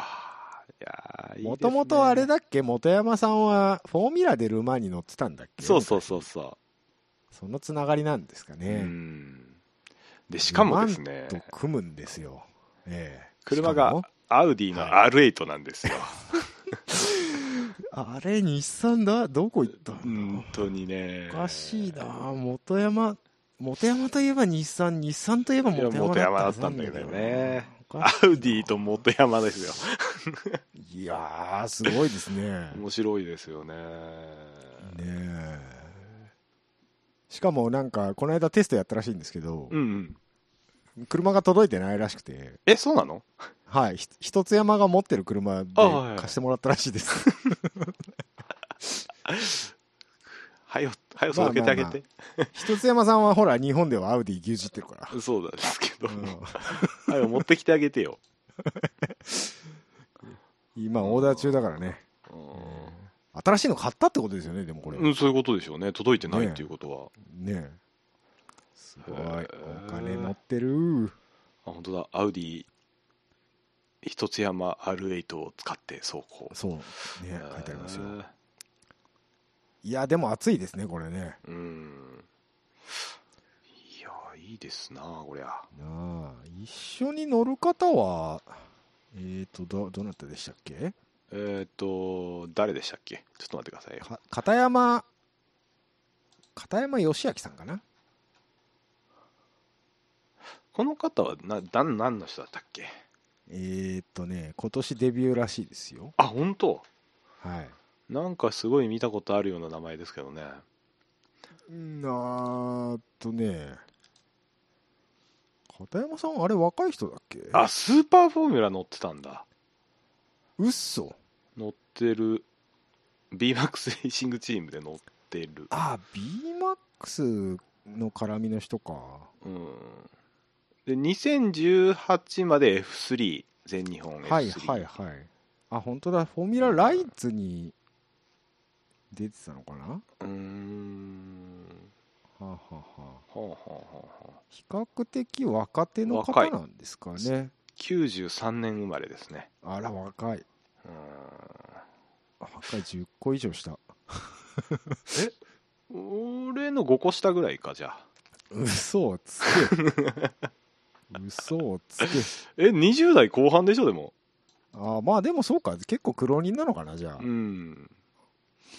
S2: ーいいですね
S1: もともとあれだっけ、本山さんはフォーミュラでル・マンに乗ってたんだっけ
S2: そうそうそうそ
S1: そのつながりなんですか
S2: う、う
S1: ね。
S2: んでしかもですね
S1: と組むんですよ。ええ
S2: 車
S1: しか
S2: が
S1: も
S2: アウディの R8 なんで すよ。
S1: あれ、日産だどこ行った
S2: 本当にね。
S1: おかしいな元山、元山といえば日産、日産といえば
S2: いや
S1: 元
S2: 元
S1: 山
S2: 山
S1: だ
S2: だ
S1: っ
S2: ったた
S1: ん
S2: ん
S1: だ
S2: だ
S1: け
S2: け
S1: ど
S2: ど
S1: ね
S2: ね。
S1: おか
S2: ア
S1: しいな
S2: ウディと元山ですよ。
S1: いやー、すごいですね。ね
S2: 面白いですよね。
S1: え。しかもなんか、この間テストやったらしいんですけど
S2: うん、うん。
S1: 車が届いてないらしくて、
S2: え、そうなの
S1: はい、ひ一つ山が持ってる車で
S2: あはいはい
S1: 貸してもらったらしいです。
S2: はよ、はよ、届けてあげて。
S1: 一つ山さんはほら、日本ではアウディ牛耳ってるから。
S2: そうなんですけど。
S1: うん
S2: はよ、持ってきてあげてよ。
S1: 今、オーダー中だからね。
S2: う
S1: 新しいの買ったってことですよね、でもこれ。
S2: ん、そういうことでしょうね。届いてないっていうことは。
S1: ねえすごい
S2: へえ
S1: お金持ってる
S2: あ、本当だ。アウディ、一つ山 R8 を使って走行。
S1: そうね書いてありますよ
S2: へー
S1: いやでも暑いですねこれね
S2: うん。いや、いいですな、こりゃ。
S1: なあ一緒に乗る方はえっ、ー、とどどなたでしたっけ
S2: えっ、と、誰でしたっけちょっと待ってくださいよ。
S1: か片山片山義明さんかな
S2: この方はな、だん、何の人だったっけ
S1: えっ、ー、とね今年デビューらしいですよ
S2: あ、本当
S1: はい
S2: なんかすごい見たことあるような名前ですけどね。
S1: なーっとね片山さんあれ若い人だっけ
S2: あ、スーパーフォーミュラ乗ってたんだ。
S1: うっそ
S2: 乗ってる、BMAX レーシングチームで乗ってる。
S1: あ BMAX の絡みの人か
S2: うん。で、2018まで F3、全日本 F3。
S1: はいはいはいあ本当だフォーミュラライツに出てたのかなは
S2: うーん。
S1: あ、はあはあ、
S2: はあ、はあはあはあ、
S1: 比較的若手の
S2: 若
S1: 方
S2: い
S1: なんですかね
S2: 93年生まれですね。
S1: あら若いう
S2: ーん。
S1: 若い10個以上した
S2: 俺の5個下ぐらいかじゃあ
S1: 嘘をつ け嘘をつけ
S2: え20代後半でしょでも
S1: あまあでもそうか結構苦労人なのかなじゃあ、
S2: うん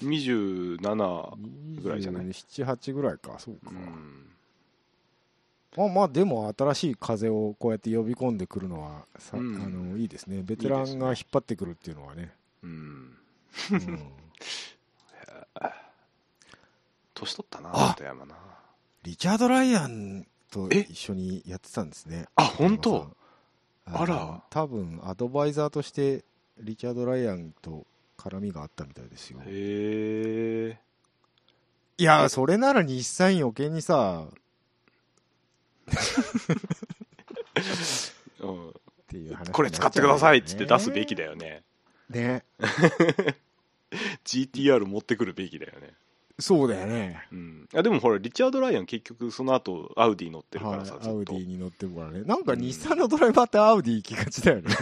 S2: 27ぐらいじゃない
S1: 278ぐらいかそうか、
S2: うん
S1: まあまあでも新しい風をこうやって呼び込んでくるのはさ、
S2: うん
S1: あのいいですねベテランが引っ張ってくるっていうのはね
S2: うん
S1: うん、
S2: 年取ったな
S1: あ
S2: 片山な
S1: リチャード・ライアンと
S2: え
S1: 一緒にやってたんですね
S2: あ 本当
S1: 山さん
S2: あら
S1: の多分アドバイザーとしてリチャード・ライアンと絡みがあったみたいですよ
S2: へえ
S1: いやそれなら日産余計にさ
S2: うん
S1: っていう話になちゃうよね
S2: これ使ってくださいっつって出すべきだよね
S1: ね
S2: GTR 持ってくるべきだよね
S1: そうだよね
S2: うんあでもほらリチャード・ライアン結局その後アウディ乗ってるからさ
S1: はい
S2: ず
S1: アウ
S2: っ
S1: ディ
S2: と
S1: に乗ってるからねなんか日産のドライバーってアウディ行きがちだよね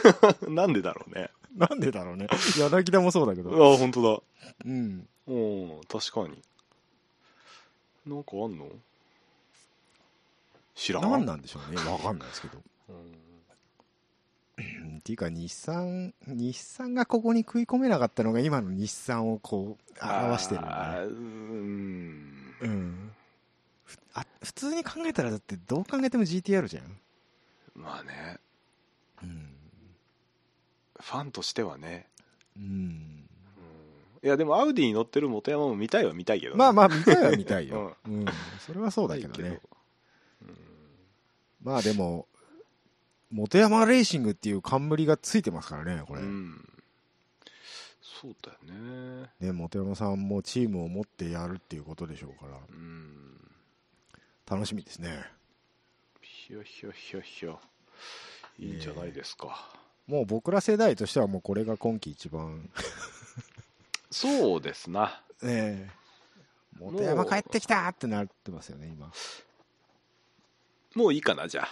S2: なんでだろうね
S1: なんでだ ろうね柳田もそうだけ
S2: あ
S1: ど
S2: 本当だ
S1: うん
S2: うん確かになんかあんの知らん
S1: 何なんでしょうねわかんないですけど
S2: うん
S1: うんっていうか日産日産がここに食い込めなかったのが今の日産をこう表してるよ
S2: あ
S1: ね
S2: ーうーん
S1: うんふあ普通に考えたらだってどう考えても GTR じゃん、
S2: まあね
S1: うん
S2: ファンとしてはね、
S1: うん、
S2: うん、いやでもアウディに乗ってる元山も見たいは見たいけどね、
S1: まあまあ見たいは見たい よ、うんそれはそうだけど
S2: 見た
S1: ね
S2: いうん
S1: まあでも元山レーシングっていう冠がついてますからねこれ、
S2: うんそうだよね
S1: ね元山さんもチームを持ってやるっていうことでしょうから
S2: うん
S1: 楽しみですね
S2: ひょひょひょひょいいんじゃないですか、
S1: もう僕ら世代としてはもうこれが今季一番
S2: そうですな
S1: ええ
S2: う
S1: 元山帰ってきたってなってますよね、今。
S2: もういいかなじゃあ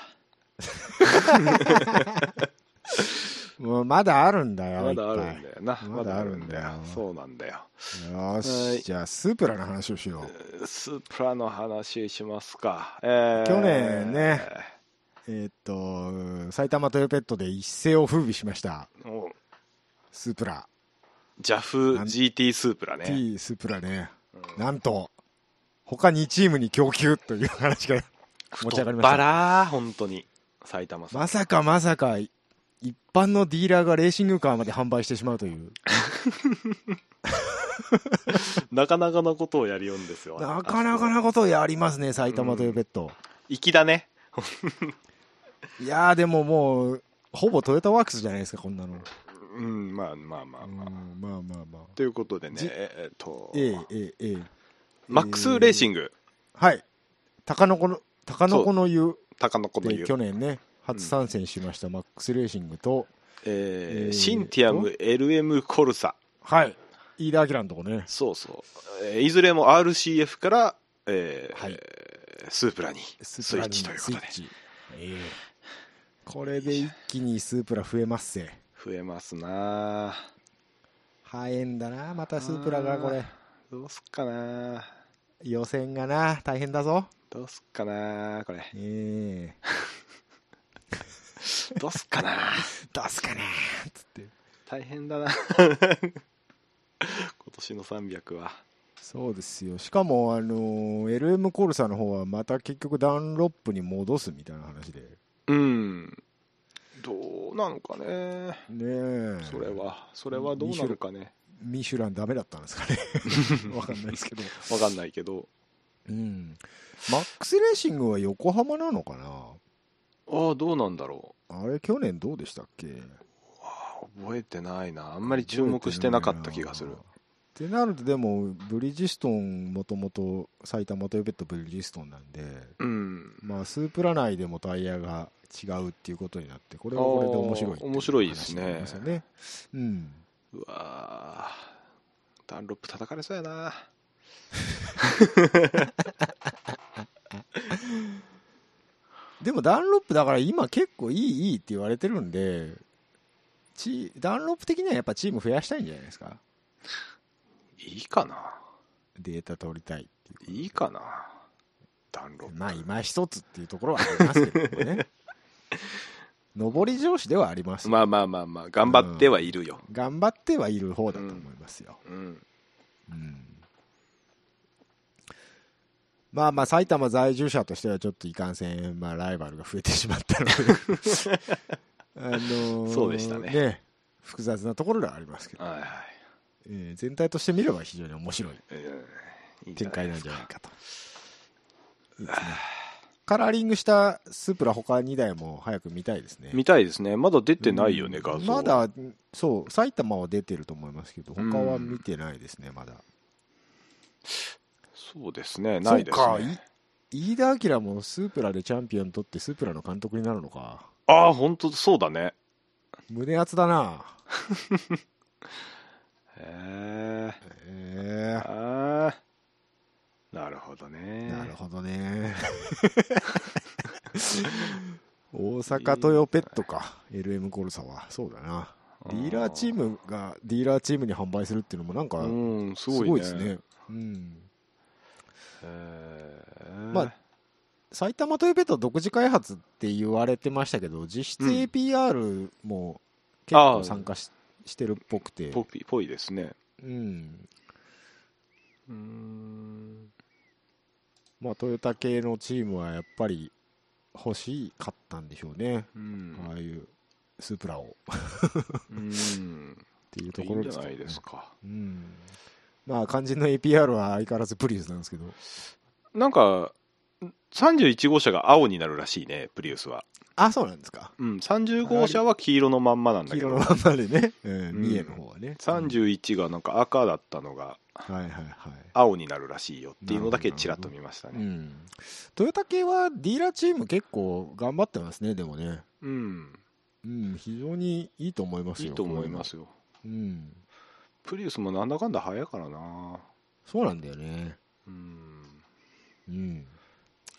S1: もうまだあるんだよ、
S2: まだある
S1: いっ
S2: んだよな。
S1: まだあるんだよ
S2: そうなんだよ。
S1: ぱいよ
S2: は
S1: し、
S2: い
S1: じゃあ、スープラの話をしよう。
S2: スープラの話しますか。えー
S1: 去年ねえーっと、埼玉トヨペットで一世を風靡しました、
S2: もう
S1: スープラ。
S2: ジャフ GT スープラね。
S1: T スープラね。
S2: うん
S1: なんと、他2チームに供給という話が、持ち
S2: 太
S1: 上
S2: っ
S1: がりました
S2: 腹本当に埼玉さん。
S1: まさかまさか、一般のディーラーがレーシングカーまで販売してしまうという。
S2: なかなかなことをやりよんですよ。
S1: なかなか
S2: あそ
S1: な
S2: こ
S1: ことをやりますね、埼玉トヨペット。
S2: 粋だね。
S1: いやー、でももう、ほぼトヨタワークスじゃないですか、こんなの。
S2: うん、まあまあまあ
S1: う
S2: まあ。
S1: んまあまあまあ。
S2: ということでね、
S1: じ
S2: えーっと、
S1: ええええええ。
S2: マックスレーシン
S1: グ。
S2: グ、
S1: はい。高野子の、高野子の湯
S2: タカノコの湯
S1: で、去年ね、初参戦しました、マックスレーシングと、
S2: えー
S1: えー
S2: シンティアム LM コルサ、
S1: はい。飯田明のとこね。
S2: そうそう、えーいずれも RCF から、えー
S1: はい
S2: スープラにスイ
S1: プラ
S2: ッ
S1: に
S2: チということで、
S1: スイッチええこれで一気にスープラ増えますせ。
S2: 増えますなあ
S1: 早えんだな、またスープラがこれ。
S2: どうすっかなあ
S1: 予選がな、大変だぞ。
S2: どうすっかなあこれ、
S1: ええ
S2: どうすっ かなあ
S1: 出すかなつって。
S2: 大変だな 今年の300は、
S1: そうですよ。しかも、あのー LM コールサーの方はまた結局ダンロップに戻すみたいな話で。
S2: うん、どうなのかね、
S1: ねえ。
S2: それ。は、それはどうなのかね、
S1: ミシュランダメだったんですか ね。わかんないですけど。
S2: わかんないけど。
S1: うん。マックスレーシングは横浜なのかな
S2: ああどうなんだろ
S1: あれ、去年どうでしたっけ
S2: う覚えてないなあんまり注目してなかった気がする
S1: ってなるとでもブリヂストンもともと埼玉トヨペットブリヂストンなんで
S2: うん
S1: まあスープラ内でもタイヤが違うっていうことになってこれはこれで面白いってう
S2: あー面白いですね
S1: 話になりますよねうん
S2: うわあダンロップ叩かれそうやな
S1: でもダンロップだから今結構いいいいって言われてるんでチダンロップ的にはやっぱチーム増やしたいんじゃないですか
S2: いいかな
S1: データ取りたいっていうことで
S2: いいかなダンロップ
S1: まあ今一つっていうところはありますけども ね上り上司ではありますよ
S2: まあまあまあまあ頑張ってはいるよ
S1: 頑張ってはいる方だと思いますよ、
S2: うん
S1: うんまあまあ埼玉在住者としてはちょっといかんせん、まあ、ライバルが増えてしまったの であのー
S2: そうでしたね
S1: 複雑なところではありますけど、
S2: はいはい
S1: えー全体として見れば非常に面白い
S2: うんいい
S1: 展開なん
S2: です
S1: じゃ
S2: か
S1: ないかといいですねカラーリングしたスープラ他2台も早く見たいですね
S2: 見たいですねまだ出てないよね
S1: うん
S2: 画像
S1: まだそう埼玉は出てると思いますけど他は見てないですねまだ
S2: そうですねないです
S1: そうか
S2: ね
S1: い飯田明もスープラでチャンピオン取ってスープラの監督になるのか
S2: ああ本当そうだね
S1: 胸熱だな
S2: へえ
S1: ええ
S2: ああなるほどね
S1: なるほど ね大阪トヨペットか LM コルサはそうだなディーラーチームがディーラーチームに販売するっていうのもなんか
S2: うん、す
S1: す
S2: ごいね。
S1: ごいですねうん
S2: え
S1: まあ埼玉トヨペット独自開発って言われてましたけど実質
S2: うん
S1: APR も結構参加し,、してるっぽくて
S2: ぽいぽいですね。
S1: うん
S2: うん。
S1: まあ、トヨタ系のチームはやっぱり欲しかったんでしょうね、ああいうスープラをっ
S2: うん。
S1: ていうと
S2: い
S1: こ
S2: いん
S1: ろ
S2: じ
S1: です
S2: ゃ
S1: か
S2: な
S1: ね
S2: いですか。
S1: うんまあ肝心の APR は相変わらずプリウスなんですけど
S2: なんか、31号車が青になるらしいね、プリウスは。
S1: あそうなんですか
S2: うん、30号車は黄色のまんまなん
S1: 黄
S2: だけ
S1: 色
S2: ど
S1: の、まんまで ね、うん
S2: うん
S1: 三重の方はね
S2: 31がなんか赤だったのが
S1: はいはいはい
S2: 青になるらしいよっていうのだけちらっと見ました
S1: う
S2: ね。
S1: ん、トヨタ系はディーラーチーム結構頑張ってますねでもね
S2: うん。
S1: うん非常にいいと思います
S2: い
S1: よ
S2: いと思いますよ。
S1: こういうのうん
S2: プリウスもなんだかんだ早いからな。
S1: そうなんだよね
S2: うん。
S1: うん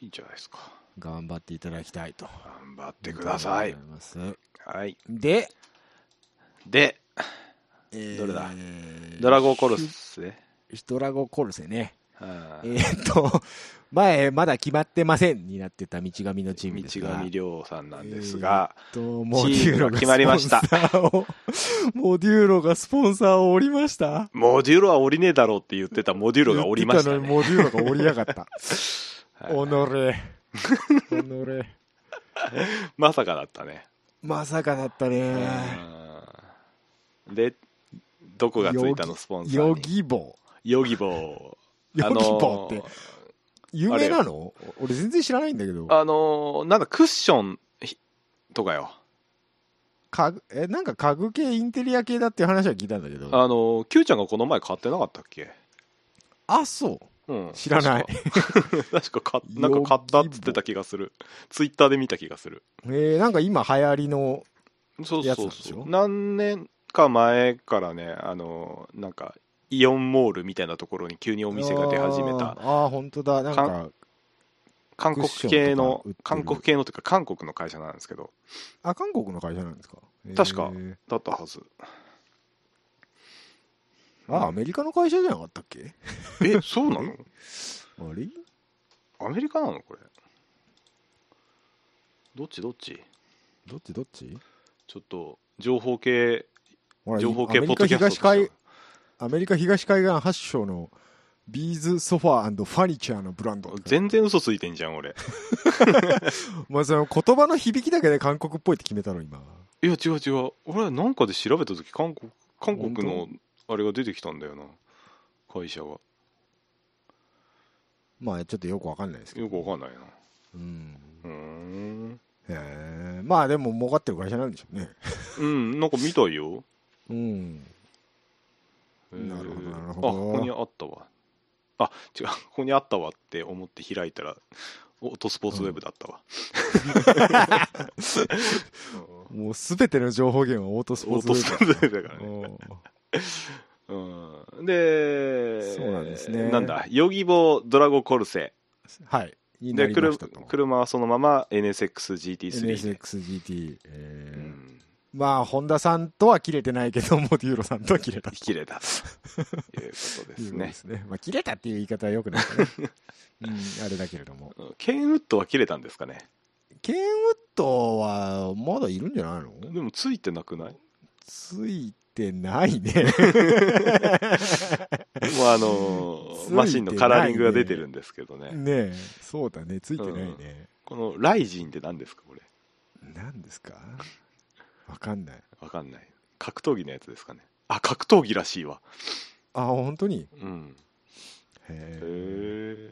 S2: いいんじゃないですか。
S1: 頑張っていただきたいと
S2: 頑張ってください
S1: 思。ます
S2: はい。
S1: で、
S2: で、
S1: えー
S2: どれだドラゴコルスね。
S1: ヒドラゴコルセね
S2: は
S1: え
S2: い
S1: ーっと、前、まだ決まってませんになってた道神のチームです
S2: 道
S1: が。
S2: 上亮さんなんですが、
S1: と、
S2: チームが決まりました
S1: モデューロがスポンサーを、モデューロがスポンサーを降りました。
S2: モデュロは降りねえだろうって言ってたモデュロが降りました
S1: 言って
S2: ね。
S1: のにモデューロが降りやがった。
S2: はい
S1: おのれ。おのれ。
S2: まさかだったね。
S1: まさかだったね。
S2: うんで、どこがついたの
S1: ヨギ
S2: スポンサーに
S1: ヨギボ
S2: ヨギボ
S1: ー。
S2: ー。
S1: ヨギボーって、有名な
S2: あ
S1: の俺全然知らないんだけど。
S2: あのーあのーなんだ、クッションひとかよ。
S1: 家具え、なんか家具系、インテリア系だっていう話は聞いたんだけど。
S2: あのー、Q ちゃんがこの前買ってなかったっけ
S1: あ、そう。
S2: うん、
S1: 知らない。
S2: 確か 確か買っなんか買ったっつってた気がするツイッターで見た気がする
S1: えー、なんか今流行りの、
S2: そう
S1: やつな
S2: そ
S1: ん
S2: う
S1: でし
S2: そ
S1: ょ
S2: う何年か前からねあのなんかイオンモールみたいなところに急にお店が出始め
S1: あ
S2: た
S1: ーあー、本当だ。なん
S2: か
S1: か、
S2: 韓国系の
S1: クッションとか売ってる
S2: 韓国系のというか韓国の会社なんですけど
S1: あ、韓国の会社なんですか。
S2: 確か
S1: えー
S2: だったはず
S1: あ、アメリカの会社じゃなかったっけ
S2: えそうなの
S1: あれ
S2: アメリカなのこれどっちどっち
S1: どっちどっち
S2: ちょっと情報系
S1: ほら
S2: 情報系
S1: アメ
S2: ポ
S1: リ
S2: ッ
S1: カ
S2: ドキャ
S1: 東
S2: ストとし
S1: 海
S2: て
S1: アメリカ東海岸発祥のビーズソファーファニチャーのブランド
S2: は。全然嘘ついてんじゃん俺
S1: まあ、その言葉の響きだけで韓国っぽいって決めたの、今。
S2: いや違う違う俺なんかで調べた時韓国韓国のあれが出てきたんだよな会社がよ
S1: まあ、ちょっとよくわかんないですけど。
S2: くわかんないな
S1: うん。
S2: うーん
S1: へえまあ、でも儲かってる会社なんでしょうね。
S2: うんなんか見たいよ
S1: うん。
S2: えー
S1: なるほどなるほど
S2: あここにあったわあ違うここにあったわって思って開いたらオートスポーツウェブだったわ、
S1: もうすべての情報源はオートスポ
S2: オ
S1: ー
S2: ー
S1: ツウ
S2: ト
S1: ェブ
S2: スポーツウェブだからね、
S1: おー
S2: うん、で
S1: そうなんですね
S2: なんだヨギボードラゴコルセ
S1: はい。にな
S2: で
S1: り
S2: く
S1: ま
S2: る
S1: したと。
S2: 車はそのまま NSXGT3 で、
S1: NSXGT。え
S2: う
S1: ー
S2: ん
S1: まあ、本田さんとは切れてないけど、モデューロさんとは切れた。
S2: 切れ たということです
S1: ということ
S2: ね
S1: で。すね。まあ、切れたっていう言い方はよくないかね。 うん、あれだけれども。
S2: ケンウッドは切れたんですかね
S1: ケンウッドは、まだいるんじゃないの
S2: でもついてなくない
S1: ついてない ね。
S2: もうあの
S1: ついてない
S2: ー
S1: ね
S2: マシンのカラーリングが出てるんですけどね
S1: ねえ、そうだね、ついてないね。
S2: このライジンって何ですかこれ
S1: 何ですかわかんない。
S2: わかんない格闘技のやつですかねあ格闘技らしいわ
S1: あ、本当に
S2: うんへ
S1: へえ。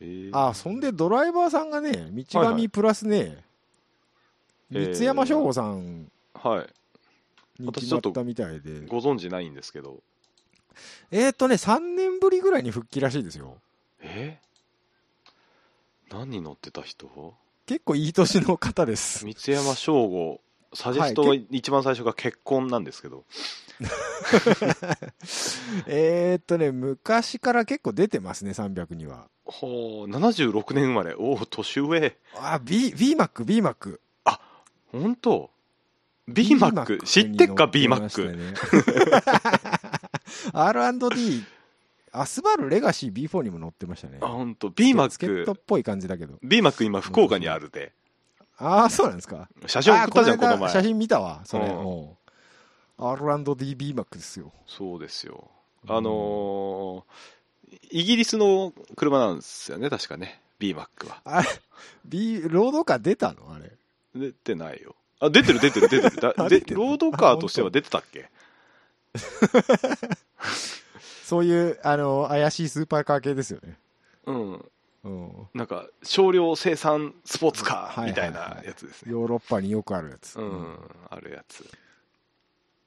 S2: えへえ
S1: あ、そんでドライバーさんがね、道
S2: はいは
S1: 上
S2: い
S1: プラスね、
S2: えー
S1: 三山翔吾さん
S2: はい
S1: に決まったみたいで。
S2: ご存知ないんですけど
S1: えーっとね、3年ぶりぐらいに復帰らしいですよ。
S2: え何に乗ってた人
S1: 結構いい年の方 です。
S2: 三山翔吾サジェスト
S1: は
S2: はい一番最初が結婚なんですけど、
S1: えーっとね、昔から結構出てますね、300には。
S2: ほう76年生まれおお年上
S1: あ、B、B マック、B マック。
S2: 本当 B マック知ってっか B マック
S1: ク。R&D、アスバルレガシー B4 にも乗ってましたね
S2: あ。本当 B マ
S1: チケッ
S2: ッ
S1: トっ
S2: ク
S1: ぽい感じだけど。
S2: B マック今福岡にあるで
S1: ああ、そうなんですか。
S2: 写真送ったじゃん
S1: あー
S2: この
S1: 間
S2: 前
S1: 写真見たわ、それ。
S2: うん
S1: うん R&D B マックですよ。
S2: そうですよあのーイギリスの車なんですよね確かね B マックは
S1: あ B、ロードカー出たのあれ。
S2: 出てないよあ出てる出てる出てる だ
S1: あ
S2: で
S1: 出てる
S2: ロードカーとしては出てたっけ
S1: そういう、あの、怪しいスーパーカー系ですよね。
S2: うん
S1: うん。
S2: なんか少量生産スポーツカ
S1: は
S2: ー
S1: い
S2: み
S1: は
S2: た
S1: い
S2: い
S1: はい
S2: なやつですね、
S1: ヨーロッパによくあるやつ。
S2: うんあるやつ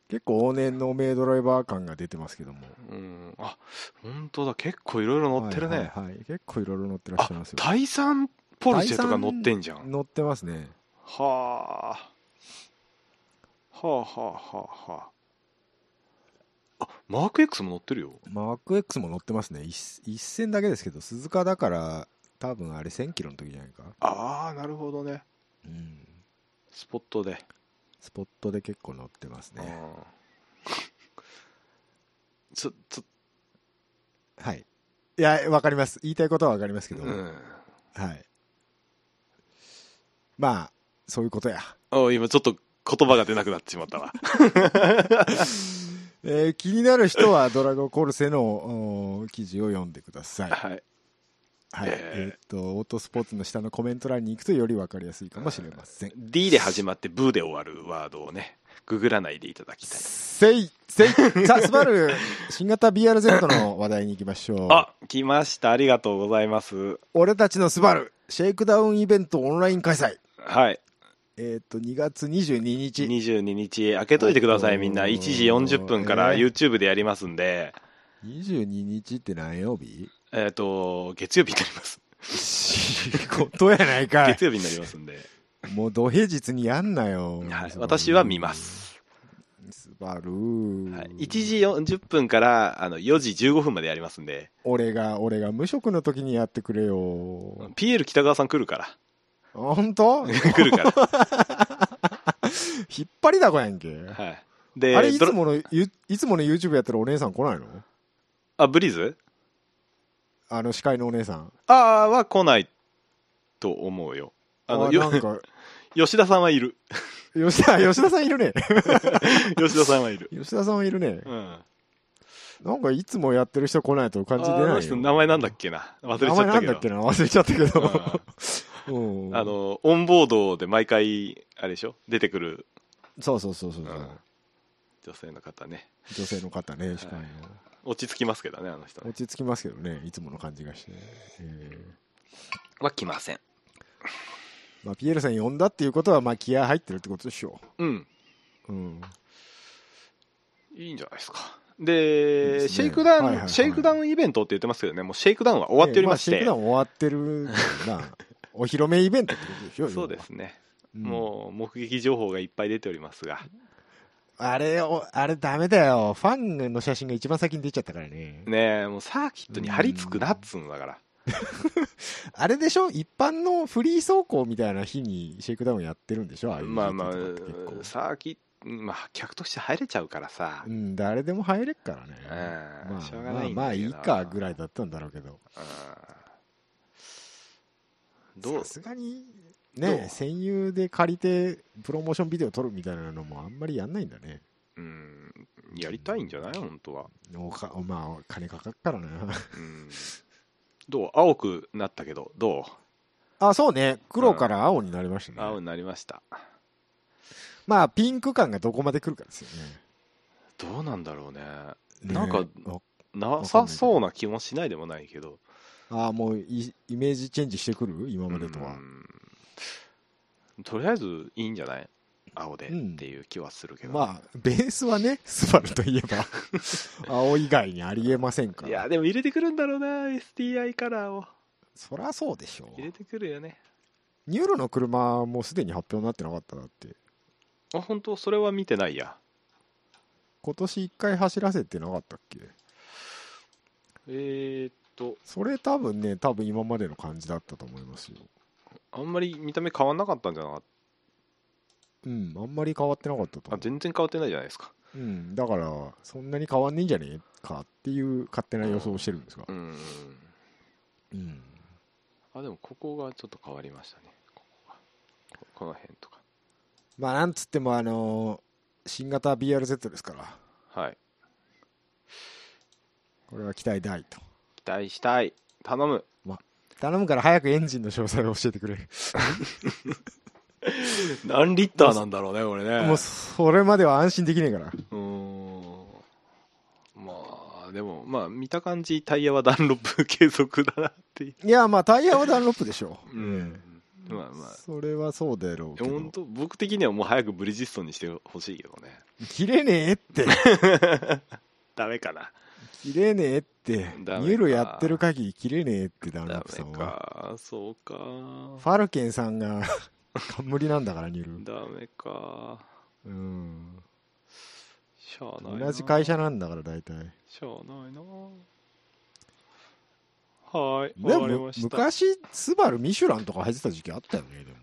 S1: 結構往年の名ドライバー感が出てますけども。
S2: うんあ本当だ結構いろいろ乗ってるね、
S1: はいはいはい結構いろいろ乗ってらっ
S2: あ
S1: しゃいますよ。
S2: タイサンポルシェとか乗ってんじゃん
S1: 乗ってますね。
S2: はあはあはあはあはああマーク X も乗ってるよ
S1: マーク X も乗ってますね。一一戦だけですけど、鈴鹿だから、多分あれ1000キロの時じゃないか。
S2: ああなるほどね
S1: うん。
S2: スポットで、
S1: スポットで結構乗って ますね。
S2: うんちょちょ
S1: いや、わかります。言いたいことはわかりますけど、
S2: うん。
S1: はい。まあ、そういうことや。
S2: お今ちょっと言葉が出なくなってしまったわ。
S1: えー気になる人はドラゴンコルセのおー記事を読んでください。
S2: はい。
S1: はい。え
S2: えー
S1: ーっと、オートスポーツの下のコメント欄に行くとよりわかりやすいかもしれません。
S2: D で始まってブーで終わるワードをね、ググらないでいただきたい。
S1: せい、せい。 さあ、スバル、新型 BRZ の話題に行きましょう。
S2: あ、来ました。ありがとうございます。
S1: 俺たちのスバル、シェイクダウンイベントオンライン開催。
S2: はい。
S1: えーっと、2月22日、
S2: 22日、開けといてください、みんな。
S1: おー
S2: 1時40分から
S1: えー
S2: YouTube でやりますんで、
S1: 22日って何曜日
S2: えっ、と、月曜日になります。
S1: 仕事やないかい
S2: 月。曜日になりますんで、
S1: もう土平日にやんなよ。
S2: はい、私は見ま。す。
S1: スバル、
S2: はい、1時40分からあの4時15分までやりますんで、
S1: 俺が、俺が無職の時にやってくれよ。
S2: PL 北川さん来るから。
S1: 本 当
S2: 来るから。
S1: 引っ張りだこやんけ。
S2: はい、で
S1: あれいつ
S2: ドラ
S1: もの、ゆいつもの YouTube やったらお姉さん来ないの
S2: あ、ブリーズ
S1: あの司会のお姉さん。
S2: ああ、は来ないと思うよ。あの、
S1: あ
S2: よ
S1: なん か、
S2: 吉田さんはいる。
S1: 吉田、吉田さんいるね。
S2: 吉田さんはいる。
S1: 吉田さんいるね。
S2: うん。
S1: なんかいつもやってる人来ないと感じ出
S2: あ
S1: な
S2: の
S1: い
S2: 人
S1: よ。
S2: 名前なんだっけな。忘れち
S1: 名
S2: ゃったけど。
S1: 前なんだっけな忘れちゃったけど。 うん
S2: あの、オンボードで毎回、あれでしょ出てくる、
S1: そうそうそうそうう。
S2: ん女性の方ね。
S1: 女性の方ね、司会の。
S2: 落ち着きますけどね、あの人ね。
S1: 落ち着きますけどね、いつもの感じがして。えー
S2: は来ません。
S1: まあ、ピエールさん呼んだっていうことは、まあ、気合入ってるってことでしょ
S2: うん。
S1: う。うん。
S2: いいんじゃないですか。
S1: いいです
S2: で、
S1: ね
S2: シェイクダ
S1: はいはい
S2: ウ
S1: は
S2: ン、
S1: い
S2: シェイクダウンイベントって言ってますけどね、もうシェイクダウンは終わっておりまし
S1: ええ
S2: て
S1: あシェイクダウン終わってるからな。お披露目イベントってことでしょ、
S2: そうです
S1: 要
S2: ね。
S1: は。うん
S2: もう目撃情報がいっぱい出ておりますが、
S1: あれを、あれダメだよ。ファンの写真が一番先に出ちゃったからね。
S2: ねえ、もうサーキットに張り付くなっつうのだから。
S1: あれでしょ一般のフリー走行みたいな日にシェイクダウンやってるんでしょああいう
S2: まあまあ
S1: 時期とかって結構、
S2: サーキット、まあ、客として入れちゃうからさ。
S1: う
S2: うん
S1: ん、誰でも入れっからね。ま
S2: ま
S1: あ
S2: あ、しょうが
S1: ま
S2: な
S1: あ
S2: いんだけどな
S1: まあいいかぐらいだったんだろうけど。
S2: うんどう
S1: さすがに、
S2: ど
S1: ね
S2: う、
S1: 戦友で借りてプロモーションビデオ撮るみたいなのもあんまりやんないんだね。
S2: うんやりたいんじゃない本当は、
S1: おかまあ、金かかっからな。
S2: うん、どう青くなったけどど
S1: あ、そうね。黒から青になりまし
S2: う
S1: たね。
S2: 青になりました
S1: まあ、ピンク感がどこまで来るかですよ
S2: どうなんだろうね
S1: ね。ね
S2: なんか
S1: あ
S2: なさそうな気もしないでもないけど
S1: あー、もうイイメージチェンジしてくる今までとは
S2: う。んとりあえずいいんじゃない青でっ
S1: うん
S2: ていう気はするけど、
S1: まあ、ベースはね、スバルといえ ば、青以外にありえませんか
S2: い
S1: ら。
S2: やでも入れてくるんだろうな STI カラーを
S1: そりゃそうでしょう
S2: 入。れてくるよね
S1: ニューロの車もすでに発表になってなかったなって。
S2: あ本当それは見てないや
S1: 今年一回走らせてなかったっけ
S2: えー、っと
S1: それ多分ね、多分今までの感じだったと思いますよ。
S2: あんまり見た目変わんなかったんじゃなかっ
S1: うん、あんまり変わってなかったと
S2: たあ
S1: 思
S2: 全然変わってないじゃないですか
S1: う。うん、だから、そんなに変わんねえんじゃねえかっていう勝手な予想をしてるんですが
S2: う。ん
S1: うん。
S2: あでもここがちょっと変わりましたねここがここの辺とか
S1: まあ、なんつっても、あのー新型 BRZ ですから、
S2: はい
S1: これは期待大と。
S2: 期待したい頼む
S1: 頼むから早くエンジンの詳細を教えてくれ。
S2: 何リッターなんだろうねこれね
S1: もう、それまでは安心できねえから。
S2: うーんまあでもまあ見た感じタイヤはダンロップ継続だなっていう
S1: いや、まあ、タイヤはダンロップでしょう。
S2: まあまあ
S1: それはそうだろうけど。
S2: 本当僕的にはもう早くブリヂストンにしてほしいけどね
S1: 切れねえって。
S2: ダメかな
S1: 切れねえって。ニ
S2: ダメか
S1: ューロやってる限り切れねえって、ダンロ
S2: ダ
S1: ップさんは。
S2: メかそうか
S1: ファルケンさんが、 冠なんだから、ニューロ。
S2: ダメか
S1: うん。
S2: しゃあないな
S1: 同じ会社なんだから、大体。
S2: しゃあないなはー
S1: で
S2: い終わり
S1: も
S2: ま、した
S1: 昔、スバル、ミシュランとか履いてた時期あったよね、でも。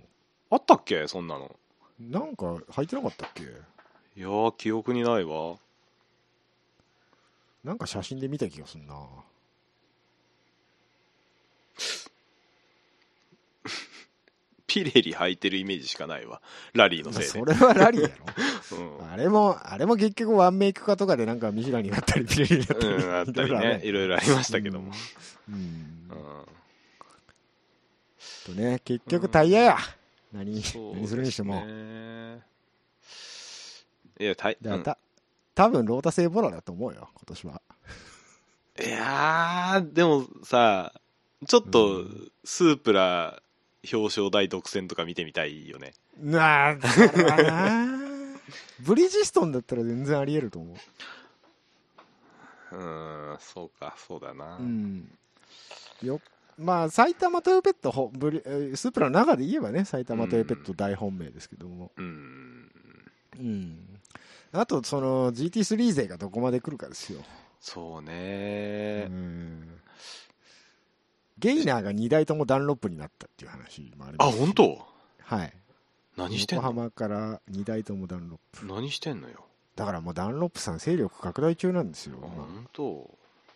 S2: あったっけそんなの
S1: なんか、履いてなかったっけ
S2: いやー記憶にないわ
S1: なんか写真で見た気がすんな。
S2: ピレリ履いてるイメージしかないわ。ラリーのせいで。
S1: それはラリーやろ。
S2: うん
S1: あれも、あれも結局ワンメイク化とかでなんかミシュランになったり、ピレリになったり、
S2: うん、あったりね、いろいろありましたけども。
S1: うん。う
S2: う
S1: ん
S2: ん
S1: とね、結局タイヤや。何、
S2: そう
S1: 何するにしても。
S2: ですねいや、たい、
S1: だか
S2: う
S1: ら
S2: ん
S1: た、多分ロータ製ボラだと思うよ、今年は。
S2: いやー、でもさ、ちょっと
S1: う、
S2: スープラ表彰台独占とか見てみたいよね。
S1: なあ、それはなブリヂストンだったら全然あり得ると思う。
S2: うーん、そうか、そうだな。
S1: うん。よまあ、埼玉トヨペットほブリ、えースープラの中で言えばね、埼玉トヨペット大本命ですけども。
S2: うん。
S1: うん。あと、その GT3 勢がどこまで来るかですよ。
S2: そう
S1: う
S2: ね。
S1: ん。ゲイナーが2台ともダンロップになったっていう話もあり
S2: あ、
S1: ます。
S2: 本当
S1: はい。
S2: 何してん
S1: 横
S2: の
S1: 浜から2台ともダンロップ。
S2: 何してんのよ。
S1: だからもうダンロップさん勢力拡大中なんですよ。
S2: あ本当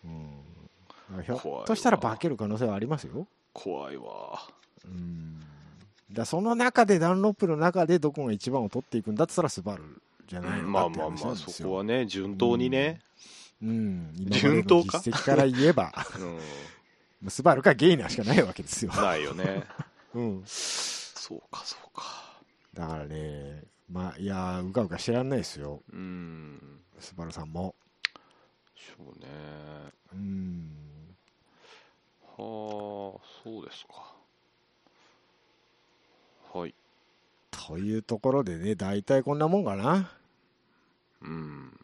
S1: うん、ひょ
S2: 怖いわ
S1: っとしたら化ける可能性はありますよ。
S2: 怖いわ。
S1: うん、だその中でダンロップの中でどこが一番を取っていくんだって言ったらスバルじゃないの
S2: ま
S1: か
S2: あ
S1: って
S2: まあ
S1: 話な
S2: ま
S1: ん
S2: あ、
S1: です
S2: そ
S1: よ
S2: こはね、順当にね。
S1: うん、今までの
S2: 順当か
S1: 実績から言えば
S2: うん。
S1: スバルかゲイナーしかないわけですよ、
S2: ないよね。
S1: うん、
S2: そうか、そうか。
S1: だからねまあいやーうかうかしてらんないですよ
S2: うん。
S1: スバルさんも
S2: そうね。
S1: うん
S2: はあそうですかはい
S1: というところでね大体こんなもんかな
S2: うん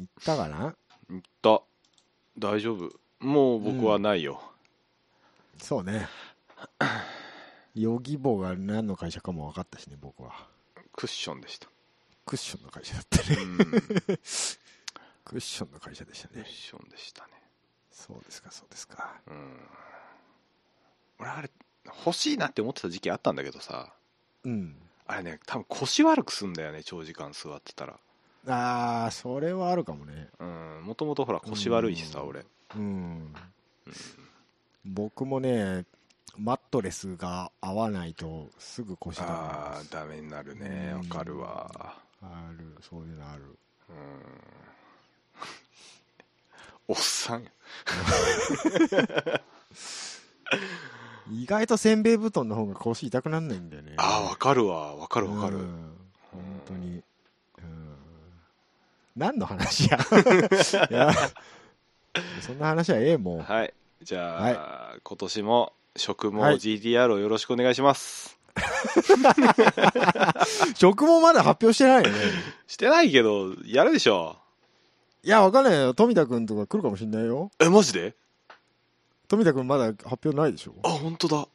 S1: いったかない
S2: った大丈夫もう僕はないよ、
S1: そうね。ヨギボーが何の会社かも分かったしね、僕は。
S2: クッションでした、
S1: クッションの会社だったね。
S2: うん、クッ
S1: クッションの会社でしたね。
S2: ションでしたね
S1: そうですか、そうですか。
S2: うん俺あれ欲しいなって思ってた時期あったんだけどさ
S1: うん。
S2: あれね多分腰悪くすんだよね長時間座ってたら
S1: あー、それはあるかもね。
S2: うんもともとほら腰悪いしさ
S1: うん
S2: 俺
S1: うん。僕もね、マットレスが合わないとすぐ腰痛くなり
S2: あ
S1: ま
S2: ー
S1: す
S2: ダメになるねわかるわ
S1: ある、そういうのある。
S2: うんおっさんや
S1: 意外とせんべい布団の方が腰痛くなんないんだよね。
S2: ああ、わかるわ。わかるわかる。
S1: うん本当に。うん何の話 やいやそんな話はええもん。
S2: はい。じゃあ、今年も、食も GTR をよろしくお願いします。
S1: 職もまだ発表してないよね。
S2: してないけど、やるでしょ。
S1: いや、わかんないよ。富田くんとか来るかもしんないよ。
S2: え、マジで
S1: 富田くんまだ発表ないでしょ
S2: あ、本当だ。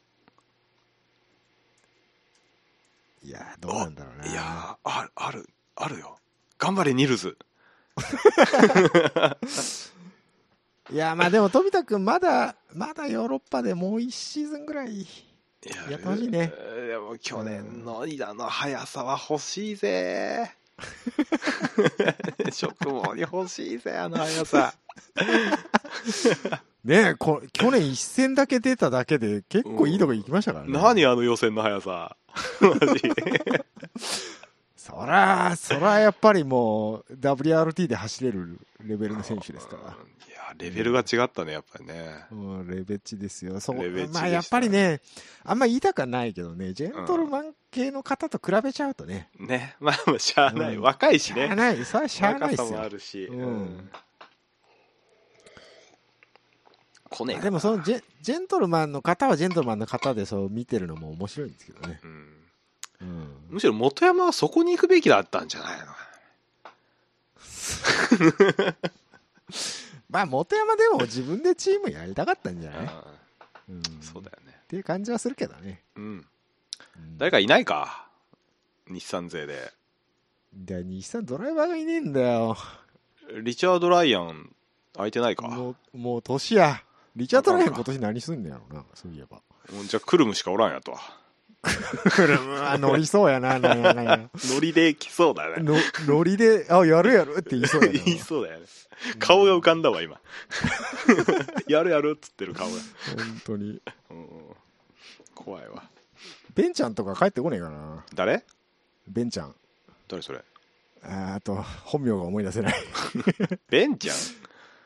S1: いや、どうなんだろうな。
S2: いやーある、ある、あるよ。頑張れ、ニルズ。
S1: いやまあでも富田くんまだ、まだヨーロッパでもう1シーズンぐらい。
S2: や
S1: やってほしいね
S2: えーでも去年のイラの速さは欲し いぜ。食もに欲しいぜ、あの速さ。
S1: ねえ、こ去年1戦だけ出ただけで結構いいとこ行きましたからね。
S2: 何あの予選の速 さ。マジ。
S1: そら、そらやっぱりもう WRT で走れるレベルの選手ですから。
S2: いやレベルが違ったねやっぱりね
S1: うん、レベチですよ。そこ
S2: レベチでした
S1: まあやっぱりね、あんま言いたくはないけどね、ジェントルマン系の方と比べちゃうとね、
S2: ねまあまあしゃあない、
S1: うん
S2: 若い
S1: し
S2: し
S1: ゃあ
S2: ね
S1: ない、それはしゃあないで
S2: 若さ
S1: す
S2: もあ
S1: よ。
S2: るし、
S1: うん
S2: 来ねえ
S1: でもそのジェジェントルマンの方はジェントルマンの方でそう見てるのも面白いんですけどね。
S2: うん
S1: うん、
S2: むしろ元山はそこに行くべきだったんじゃないの
S1: まあ、元山でも自分でチームやりたかったんじゃない、
S2: あ
S1: うん、
S2: あそうだよね
S1: っていう感じはするけどね。
S2: うん
S1: うん
S2: 誰かいないか日産勢で
S1: で日産ドライバーがいねえんだよ。
S2: リチャード・ライアン空いてないか
S1: も
S2: も
S1: う、もう年や。リチャード・ライアン今年何すんねやろな、そういえば。
S2: うじゃあクルムしかおらんや と
S1: あ乗りそうやな、なんやなんや
S2: ノリで来そうだね
S1: の乗りで、あ、やるやるって言いそうやな。
S2: 言いそうだよね顔が浮かんだわ 今やるやるっつってる顔が
S1: 本当に。
S2: うんうん怖いわ
S1: ベンちゃんとか帰ってこねえかな。
S2: 誰
S1: ベンちゃん。
S2: 誰それ
S1: あーあと、本名が思い出せない。
S2: ベンちゃ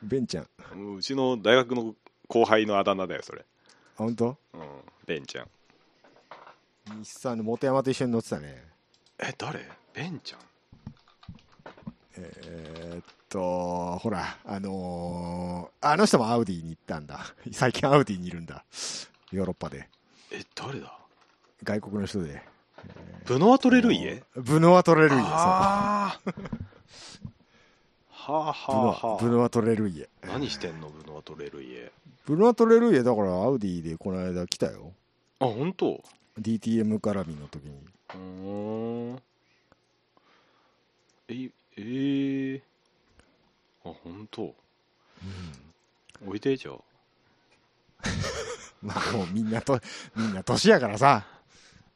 S1: ベンちゃん。あ、
S2: んうちの大学の後輩のあだ名だよそれ、
S1: 本当？
S2: うん、ベンちゃん
S1: 日産の元山と一緒に乗ってたね。
S2: え誰ベンちゃん
S1: えーっと、ほら、あのーあの人もアウディに行ったんだ。最近アウディにいるんだ。ヨーロッパで。
S2: え誰だ
S1: 外国の人で。
S2: ブノワトレルイエ
S1: ブノワトレルイエ。そう
S2: あーはあは
S1: ブ
S2: あ
S1: ノ
S2: は
S1: ワ
S2: あ
S1: ブノワトレルイエ。
S2: 何してんのブノワトレルイエ
S1: ブノワトレルイエ、だからアウディでこの間来たよ。
S2: あ本当
S1: DTM 絡みの時に。
S2: うーんええー、あ本当おいでじゃあ
S1: まあもうみんなと、 みんな年やからさ。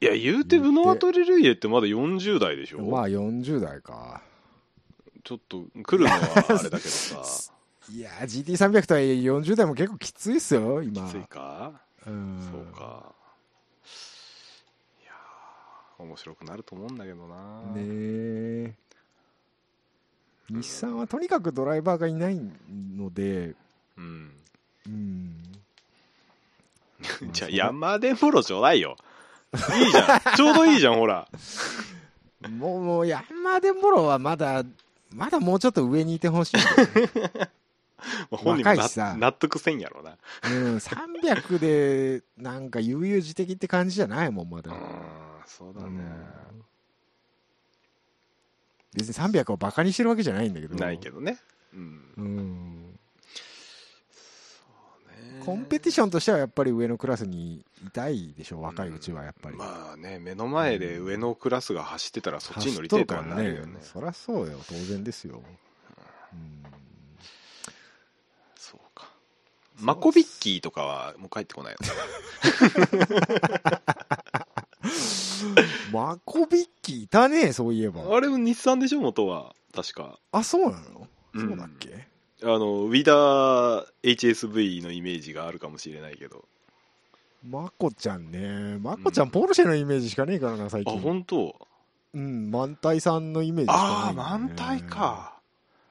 S2: いや言うて
S1: 言うて
S2: ブノワトレルイエってまだ40代でしょ、
S1: まあ40代か。
S2: ちょっと来るのはあれだけど さ
S1: いやー、GT300 とはいえ40代も結構きついっすよ、今。
S2: きついか、
S1: うん
S2: そうかいやー面白くなると思うんだけどな、
S1: ねえ日産はとにかくドライバーがいないので、
S2: うん
S1: うん、
S2: じゃあ山で風呂ちょうだいよいいじゃんちょうどいいじゃん ほら
S1: もうもう山でもろはまだまだもうちょっと上にいてほしい、
S2: 本人も
S1: 若
S2: ない
S1: しさ
S2: 納得せんやろな
S1: うん、300でなんか悠々自適って感じじゃないもんま
S2: う
S1: だ
S2: んそうだね、
S1: 別に300をバカにしてるわけじゃないんだけど
S2: ないけ
S1: ど、
S2: どねうん
S1: うん、
S2: ね
S1: コンペティションとしてはやっぱり上のクラスにいたいでしょ若いうちはやっぱり、
S2: まあね目の前で上のクラスが走ってたらそっちに乗り
S1: 走
S2: た
S1: っ
S2: い
S1: とる
S2: とは
S1: から
S2: なるよね
S1: そりゃそうよ当然ですよ、うん
S2: そうかマコビッキーとかはもう帰ってこないの
S1: マコビッキいたねそういえば
S2: あれも日産でしょ元は確か
S1: あそうなの、
S2: うん
S1: そうだっけ
S2: あのウィダー HSV のイメージがあるかもしれないけど
S1: マコちゃんねマコちゃん、
S2: うん
S1: ポルシェのイメージしかねえからな最
S2: あ
S1: 近
S2: 本当
S1: うん満体さんのイメージし
S2: ああ
S1: かない、
S2: 満体か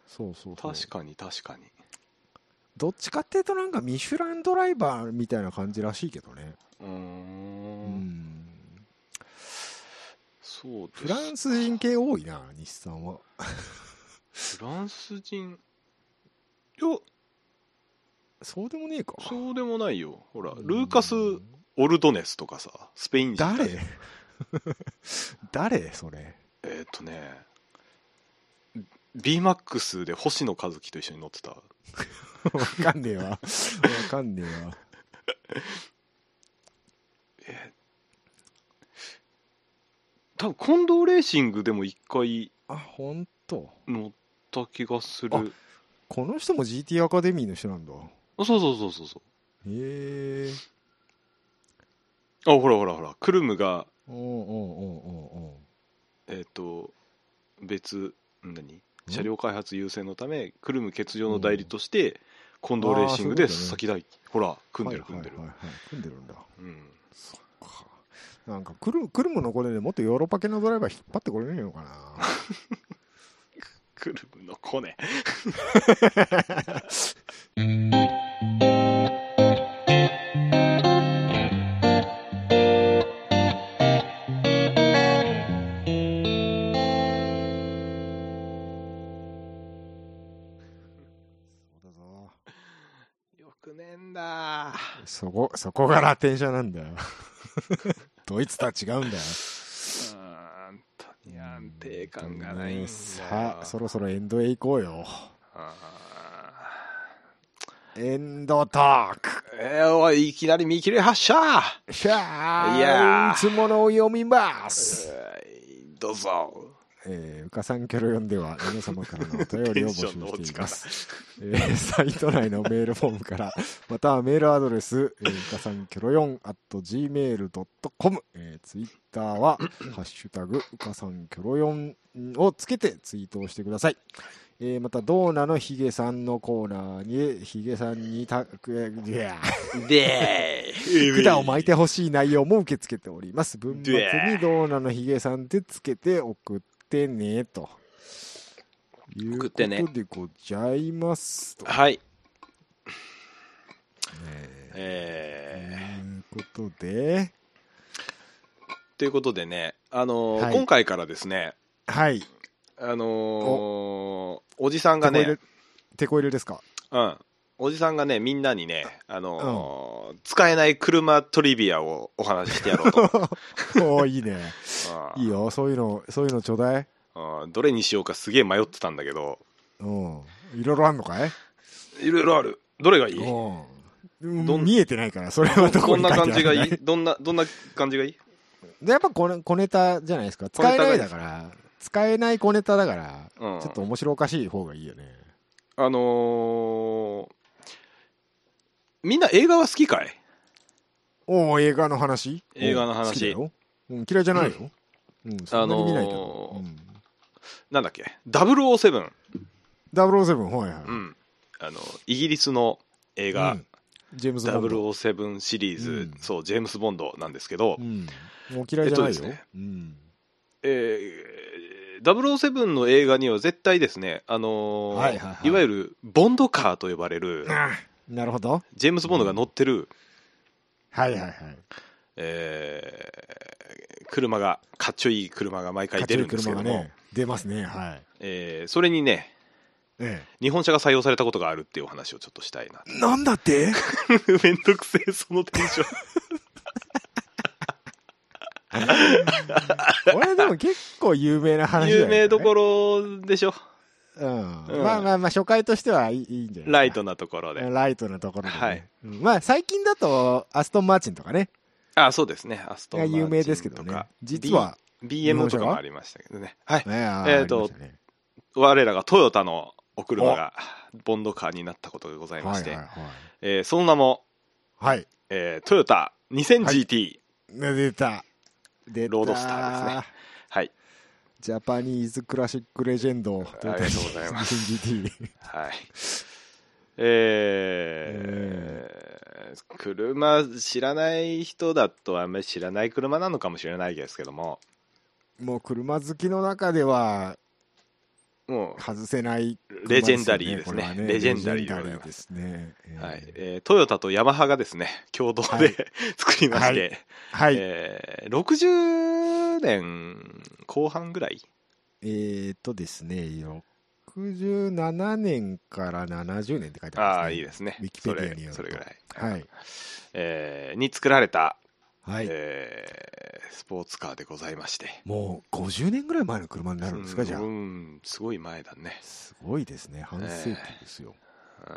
S1: そうそうそう
S2: 確かに確かに
S1: どっちかっていうとなんかミシュランドライバーみたいな感じらしいけどね
S2: うー
S1: うん、
S2: んそうです
S1: フランス人系多いな日産は
S2: フランス人いや
S1: そうでもねえか
S2: そうでもないよほら
S1: うん
S2: ルーカス・オルドネスとかさスペイン人だよ
S1: 誰 誰それ
S2: えーっとね BMAX で星野一樹と一緒に乗ってた
S1: わかんねえわ。わかんねえわ。
S2: 多分近藤レーシングでも一回
S1: あ、ほんと。
S2: 乗った気がする
S1: あこの人も GT アカデミーの人なんだ。へ
S2: あそうそうそうそうそ
S1: え。
S2: うあほらほらほらクルムが
S1: うんうんうんうんうん。
S2: えっ、と別何車両開発優先のためクルム欠場の代理として近藤レーシング
S1: あ
S2: で
S1: ーそういうこ
S2: 先代ほら組んでる
S1: はい
S2: 組んでる
S1: はいはいはい組んでるんだ。
S2: うん
S1: そっか。なんかクル、クルムのこれでもっとヨーロッパ系のドライバー引っ張ってこれねえのか な。
S2: クルムのコネ
S1: そうだぞ。
S2: よくねえんだ
S1: そこ、そこがラテン車なんだよ。 ドイツとは違うんだよ。
S2: あんたに安定感がないんだよ
S1: さあ、そろそろエンドへ行こうよ。
S2: あ
S1: エンドトーク
S2: ーえー、おいいきなり見切れ発射
S1: しゃあ、
S2: いやー
S1: いつものを読みます。
S2: えーどうぞ
S1: えー、うかさんキョロ読んでは、皆様からのお便りを募集しています。えー、サイト内のメールフォームから、またはメールアドレス、えー、うかさんキョロ4 at gmail.com、えー、ツイッターは、ハッシュタグ、うかさんキョロ4をつけてツイートをしてください。えーまたドーナのヒゲさんのコーナーにヒゲさんにたくいや
S2: でー
S1: 管を巻いてほしい内容も受け付けております文末にドーナのヒゲさんってつけて送ってねという
S2: 送
S1: こと
S2: ってね
S1: でございますと、
S2: はい。
S1: えーと
S2: え
S1: いうことで
S2: ー、ということでね、あのー
S1: はい
S2: 今回からですね、
S1: はい
S2: あのーおじさんが
S1: 手こ入
S2: ね
S1: れ、手こ入れですか
S2: うん、おじさんがね、みんなにね、あのー使えない車トリビアをお話ししてやろう と。
S1: おーいいね
S2: うん
S1: いいよそういうのそういうのちょうだい
S2: うんどれにしようかすげえ迷ってたんだけど、
S1: うんいろいろあんのかい
S2: いろいろある。どれがいい
S1: うん
S2: どん
S1: 見えてないからそれはど こ
S2: どん
S1: に書い
S2: な
S1: てある
S2: 感じがいい
S1: で
S2: どんな、どんな感じがいい
S1: やっぱ小ネ小ネタじゃないですか
S2: 小ネ
S1: 使
S2: タ
S1: え
S2: が
S1: ないだから使えない小ネタだから、
S2: うん
S1: ちょっと面白おかしい方がいいよね
S2: あのーみんな映画は好きかい
S1: おお映画の話
S2: 映画の話
S1: おー好きだよ、うん、嫌いじゃないよ、うんそんなに見ないけど、
S2: あのー
S1: うん、
S2: なんだっけ ?007。
S1: 007はいはい、
S2: うん。あの、イギリスの映画、
S1: うんジェームズ・ボンド、
S2: 007シリーズ、
S1: うん
S2: そう、ジェームス・ボンドなんですけど、
S1: うん、もう嫌いじゃない
S2: えっ
S1: よ、
S2: とですね
S1: うん、
S2: えー、007の映画には絶対ですね、あのー
S1: はい
S2: い
S1: はいはい
S2: わゆるボンドカーと呼ばれる、
S1: あーなるほど
S2: ジェームス・ボンドが乗ってる、
S1: はいはいはい
S2: えー車が、かっちょいい車が毎回出るんですけども、
S1: 勝ち抜い車がね出ますねはい
S2: えーそれにね、
S1: え
S2: 日本車が採用されたことがあるっていうお話をちょっとしたいな。
S1: え、なんだって
S2: めんどくせえ、そのテン ション。
S1: これでも結構有名な話だよ
S2: 有
S1: ね
S2: 名どころでしょ。
S1: うん
S2: うん
S1: まあまあまあ初回としてはいいいいんじゃない
S2: ライトなところで。
S1: ライトなところでね、
S2: はい
S1: うんまあ最近だとアストン・マーチンとかね
S2: あ、そうですね。アストン
S1: が有名ですけど
S2: マー
S1: ね
S2: チンとか
S1: 実は、
S2: B- BM とかもありましたけどね。はい。
S1: ねあ
S2: え
S1: ー
S2: ーと
S1: ありましたね
S2: 我らがトヨタのお車がボンドカーになったことがございまして、
S1: はいはい
S2: えーその名も、
S1: はい、はい
S2: えートヨタ 2000GT。
S1: ね出た出た
S2: ロードスターですねはい。
S1: ジャパニーズクラシックレジェンド
S2: ありがとうございます
S1: GT
S2: はい。えー車知らない人だとあんまり知らない車なのかもしれないですけども
S1: もう車好きの中では
S2: も
S1: 外せない車
S2: レジェンダリーですね
S1: これは
S2: レジェンダリーで
S1: レ
S2: ご
S1: ジェ
S2: ざい
S1: ンダリ
S2: ます
S1: ーですね、え
S2: う、
S1: ー
S2: はいえートヨタとヤマハがですね共同で、
S1: はい
S2: 作りまして、
S1: はい、
S2: えー60年後半ぐらい
S1: えー、っとですね、67年から70年って書いてあ
S2: ああ
S1: り
S2: いいですね
S1: ウィキペディアによると
S2: それそれぐらい、
S1: ますね。はい。
S2: えーに作られた、
S1: はい。
S2: えースポーツカーでございまして
S1: もう50年ぐらい前の車になるんですか、じゃあ
S2: う。んすごい前だね
S1: すごいですね。半世紀ですよ。
S2: うん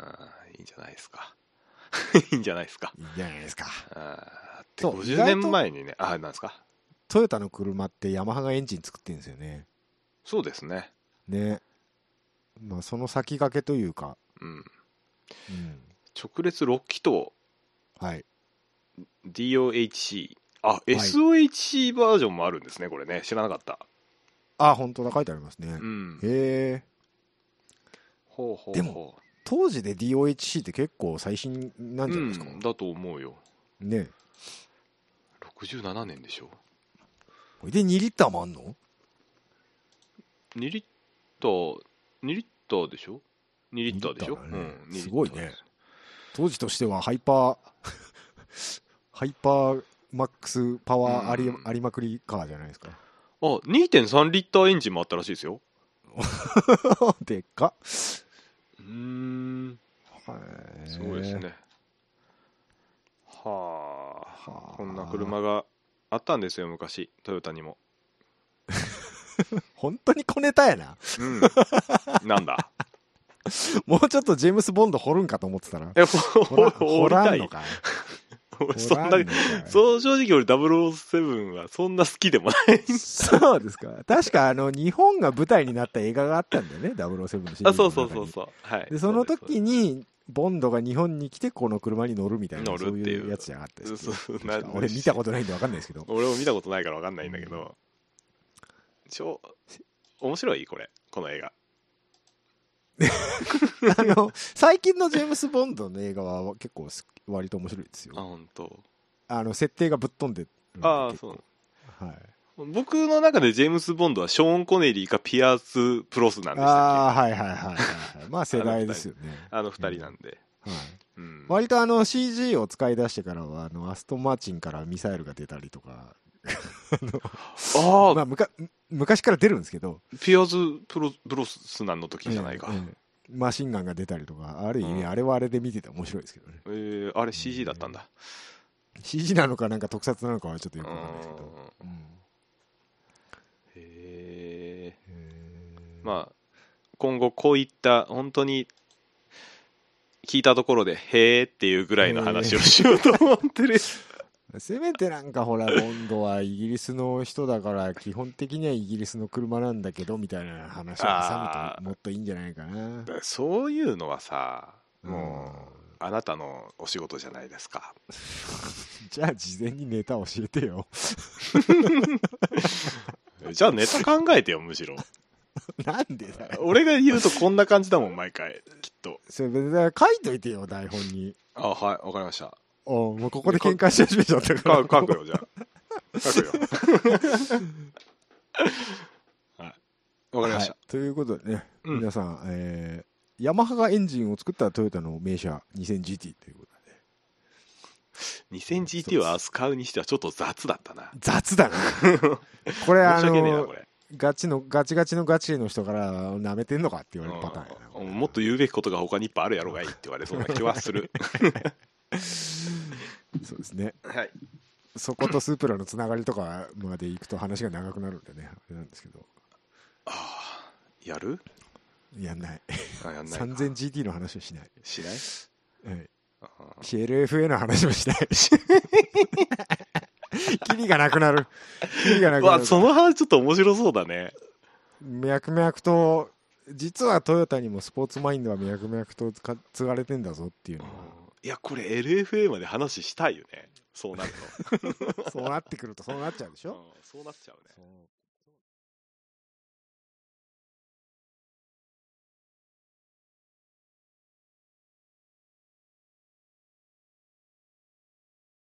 S2: いいんじゃないですか いいんじゃないですか
S1: いいじゃないですか。
S2: あー
S1: そう
S2: で
S1: 意
S2: 50
S1: 外と
S2: 年前にねあなんですか
S1: トヨタの車ってヤマハがエンジン作ってるんですよね。
S2: そうですね
S1: ね。まあ、その先駆けというか。
S2: うん
S1: うん。
S2: 直列6気筒
S1: はい。
S2: DOHC あ SOHC バージョンもあるんですねこれね知らなかった
S1: あ、本当だ。書いてありますね。
S2: うん
S1: へえ。
S2: ほうほうほう
S1: でも当時で DOHC って結構最新なんじゃないですか。
S2: うん、だと思うよ
S1: ね。
S2: 67年でしょ
S1: これで2リッターもあんの
S2: 2リッター2リッターでしょ2リッターでしょ、
S1: 2リッターだね
S2: うん2リッター
S1: すごいね当時としてはハイパー ハイパーマックスパワーあり,、
S2: うん
S1: ありまくりカーじゃないですか
S2: あ2.3リッターエンジンもあったらしいですよ
S1: でっか
S2: うーんすごいですねはあ
S1: はあ
S2: こんな車があったんですよ昔トヨタにも
S1: 本当に小ネタやな
S2: うん なんだ
S1: もうちょっとジェームス・ボンド掘るんかと思ってたら
S2: えほ
S1: 掘ら
S2: ほ
S1: 掘
S2: 掘り
S1: ら
S2: た
S1: んの
S2: い
S1: かい
S2: 俺
S1: 掘
S2: そ
S1: ら
S2: ん
S1: ん
S2: な
S1: のかい
S2: そう正直俺007はそんな好きでもない
S1: そうですか確かあの日本が舞台になった映画があったんだよね007のシリーズの中
S2: あ
S1: に
S2: そうそうそうそうはい
S1: でその時
S2: に
S1: にボンドが日本に来てこの車に乗るみたいな
S2: 乗るっていう
S1: そういうやつ じゃなかったですっけ
S2: そうそう
S1: 確か
S2: な
S1: 俺見たことないんで分かんないです けど
S2: 俺も見たことないから分かんないんだけど超面白いこれこの映画
S1: あの、最近のジェームス・ボンドの映画は結構す、割と面白いです
S2: あ
S1: よ。
S2: 本当。
S1: あの、設定がぶっ飛んでるんで
S2: ああ
S1: 結構はい。
S2: 僕の中でジェームス・ボンドはショーン・コネリーかピアース・プロスなんでしたっ
S1: ああ、はいはいはいは いはい。まあ世代ですよね。
S2: けあの二人なんで、
S1: はい、
S2: うん、
S1: 割とあの CG を使い出してからは、あの、アストンマーチンからミサイルが出たりとか、
S2: ああ、
S1: まあむか昔から出るんですけど、
S2: ピアーズプロ・ブロスなんの時じゃないか、
S1: ええええマシンガンが出たりとか、ある意味、
S2: うん
S1: あれはあれで見てて面白いですけどね。
S2: えーあれ CG だったんだ、
S1: CG なのかなんか特撮なのかはちょっとよ
S2: うん
S1: くわかんないですけど。うん
S2: へえ
S1: えー
S2: まあ今後こういった本当に聞いたところでへえっていうぐらいの話をしようと思ってる、
S1: せめてなんかほら、ボンドはイギリスの人だから、基本的にはイギリスの車なんだけど、みたいな話を挟む
S2: あ
S1: と、
S2: ー
S1: もっといいんじゃないかな。
S2: そういうのはさ
S1: も
S2: もうあなたのお仕事じゃないです か
S1: じゃあ、事前にネタ教えてよ。
S2: じゃあネタ考えてよむしろ
S1: なんでだよ。
S2: 俺が言うとこんな感じだもん毎回きっと
S1: それ別に書いといてよ、台本に。
S2: あはいわかりました
S1: おうもうここで喧嘩し始めちゃったから。
S2: か書くよじゃあ書くよ はいわかりました、
S1: はいということでね、
S2: うん
S1: 皆さん、えーヤマハがエンジンを作ったトヨタの名車 2000GT ということで
S2: 2000GT は扱うにしてはちょっと雑だったな
S1: 雑 だなこれ
S2: 申
S1: あ
S2: し訳ねえな
S1: の
S2: これ
S1: ガチのガチガチのガチの人から舐めてんのかって言われるパターンやなこ
S2: う
S1: れ
S2: んもっと言うべきことが他にいっぱいあるやろがいって言われそうな気はす る
S1: そうですね
S2: はい
S1: そことスープラのつながりとかまで行くと話が長くなるんでねあれなんですけど
S2: あーやる
S1: やんない
S2: あやんないか
S1: 3000GT の話をしない、
S2: しない
S1: はい、
S2: あー
S1: CLFA の話もし ない キリがなくなるキリがなくなる
S2: う
S1: か
S2: わ
S1: ら
S2: その話ちょっと面白そうだね
S1: 脈々と実はトヨタにもスポーツマインドは脈々とつか継がれてんだぞっていうの
S2: いやこれ LFA まで話したいよねそうなる
S1: がそうなってくるとそうなっちゃうでし
S2: と、
S1: ょ
S2: うんそうなっちゃうね
S1: そう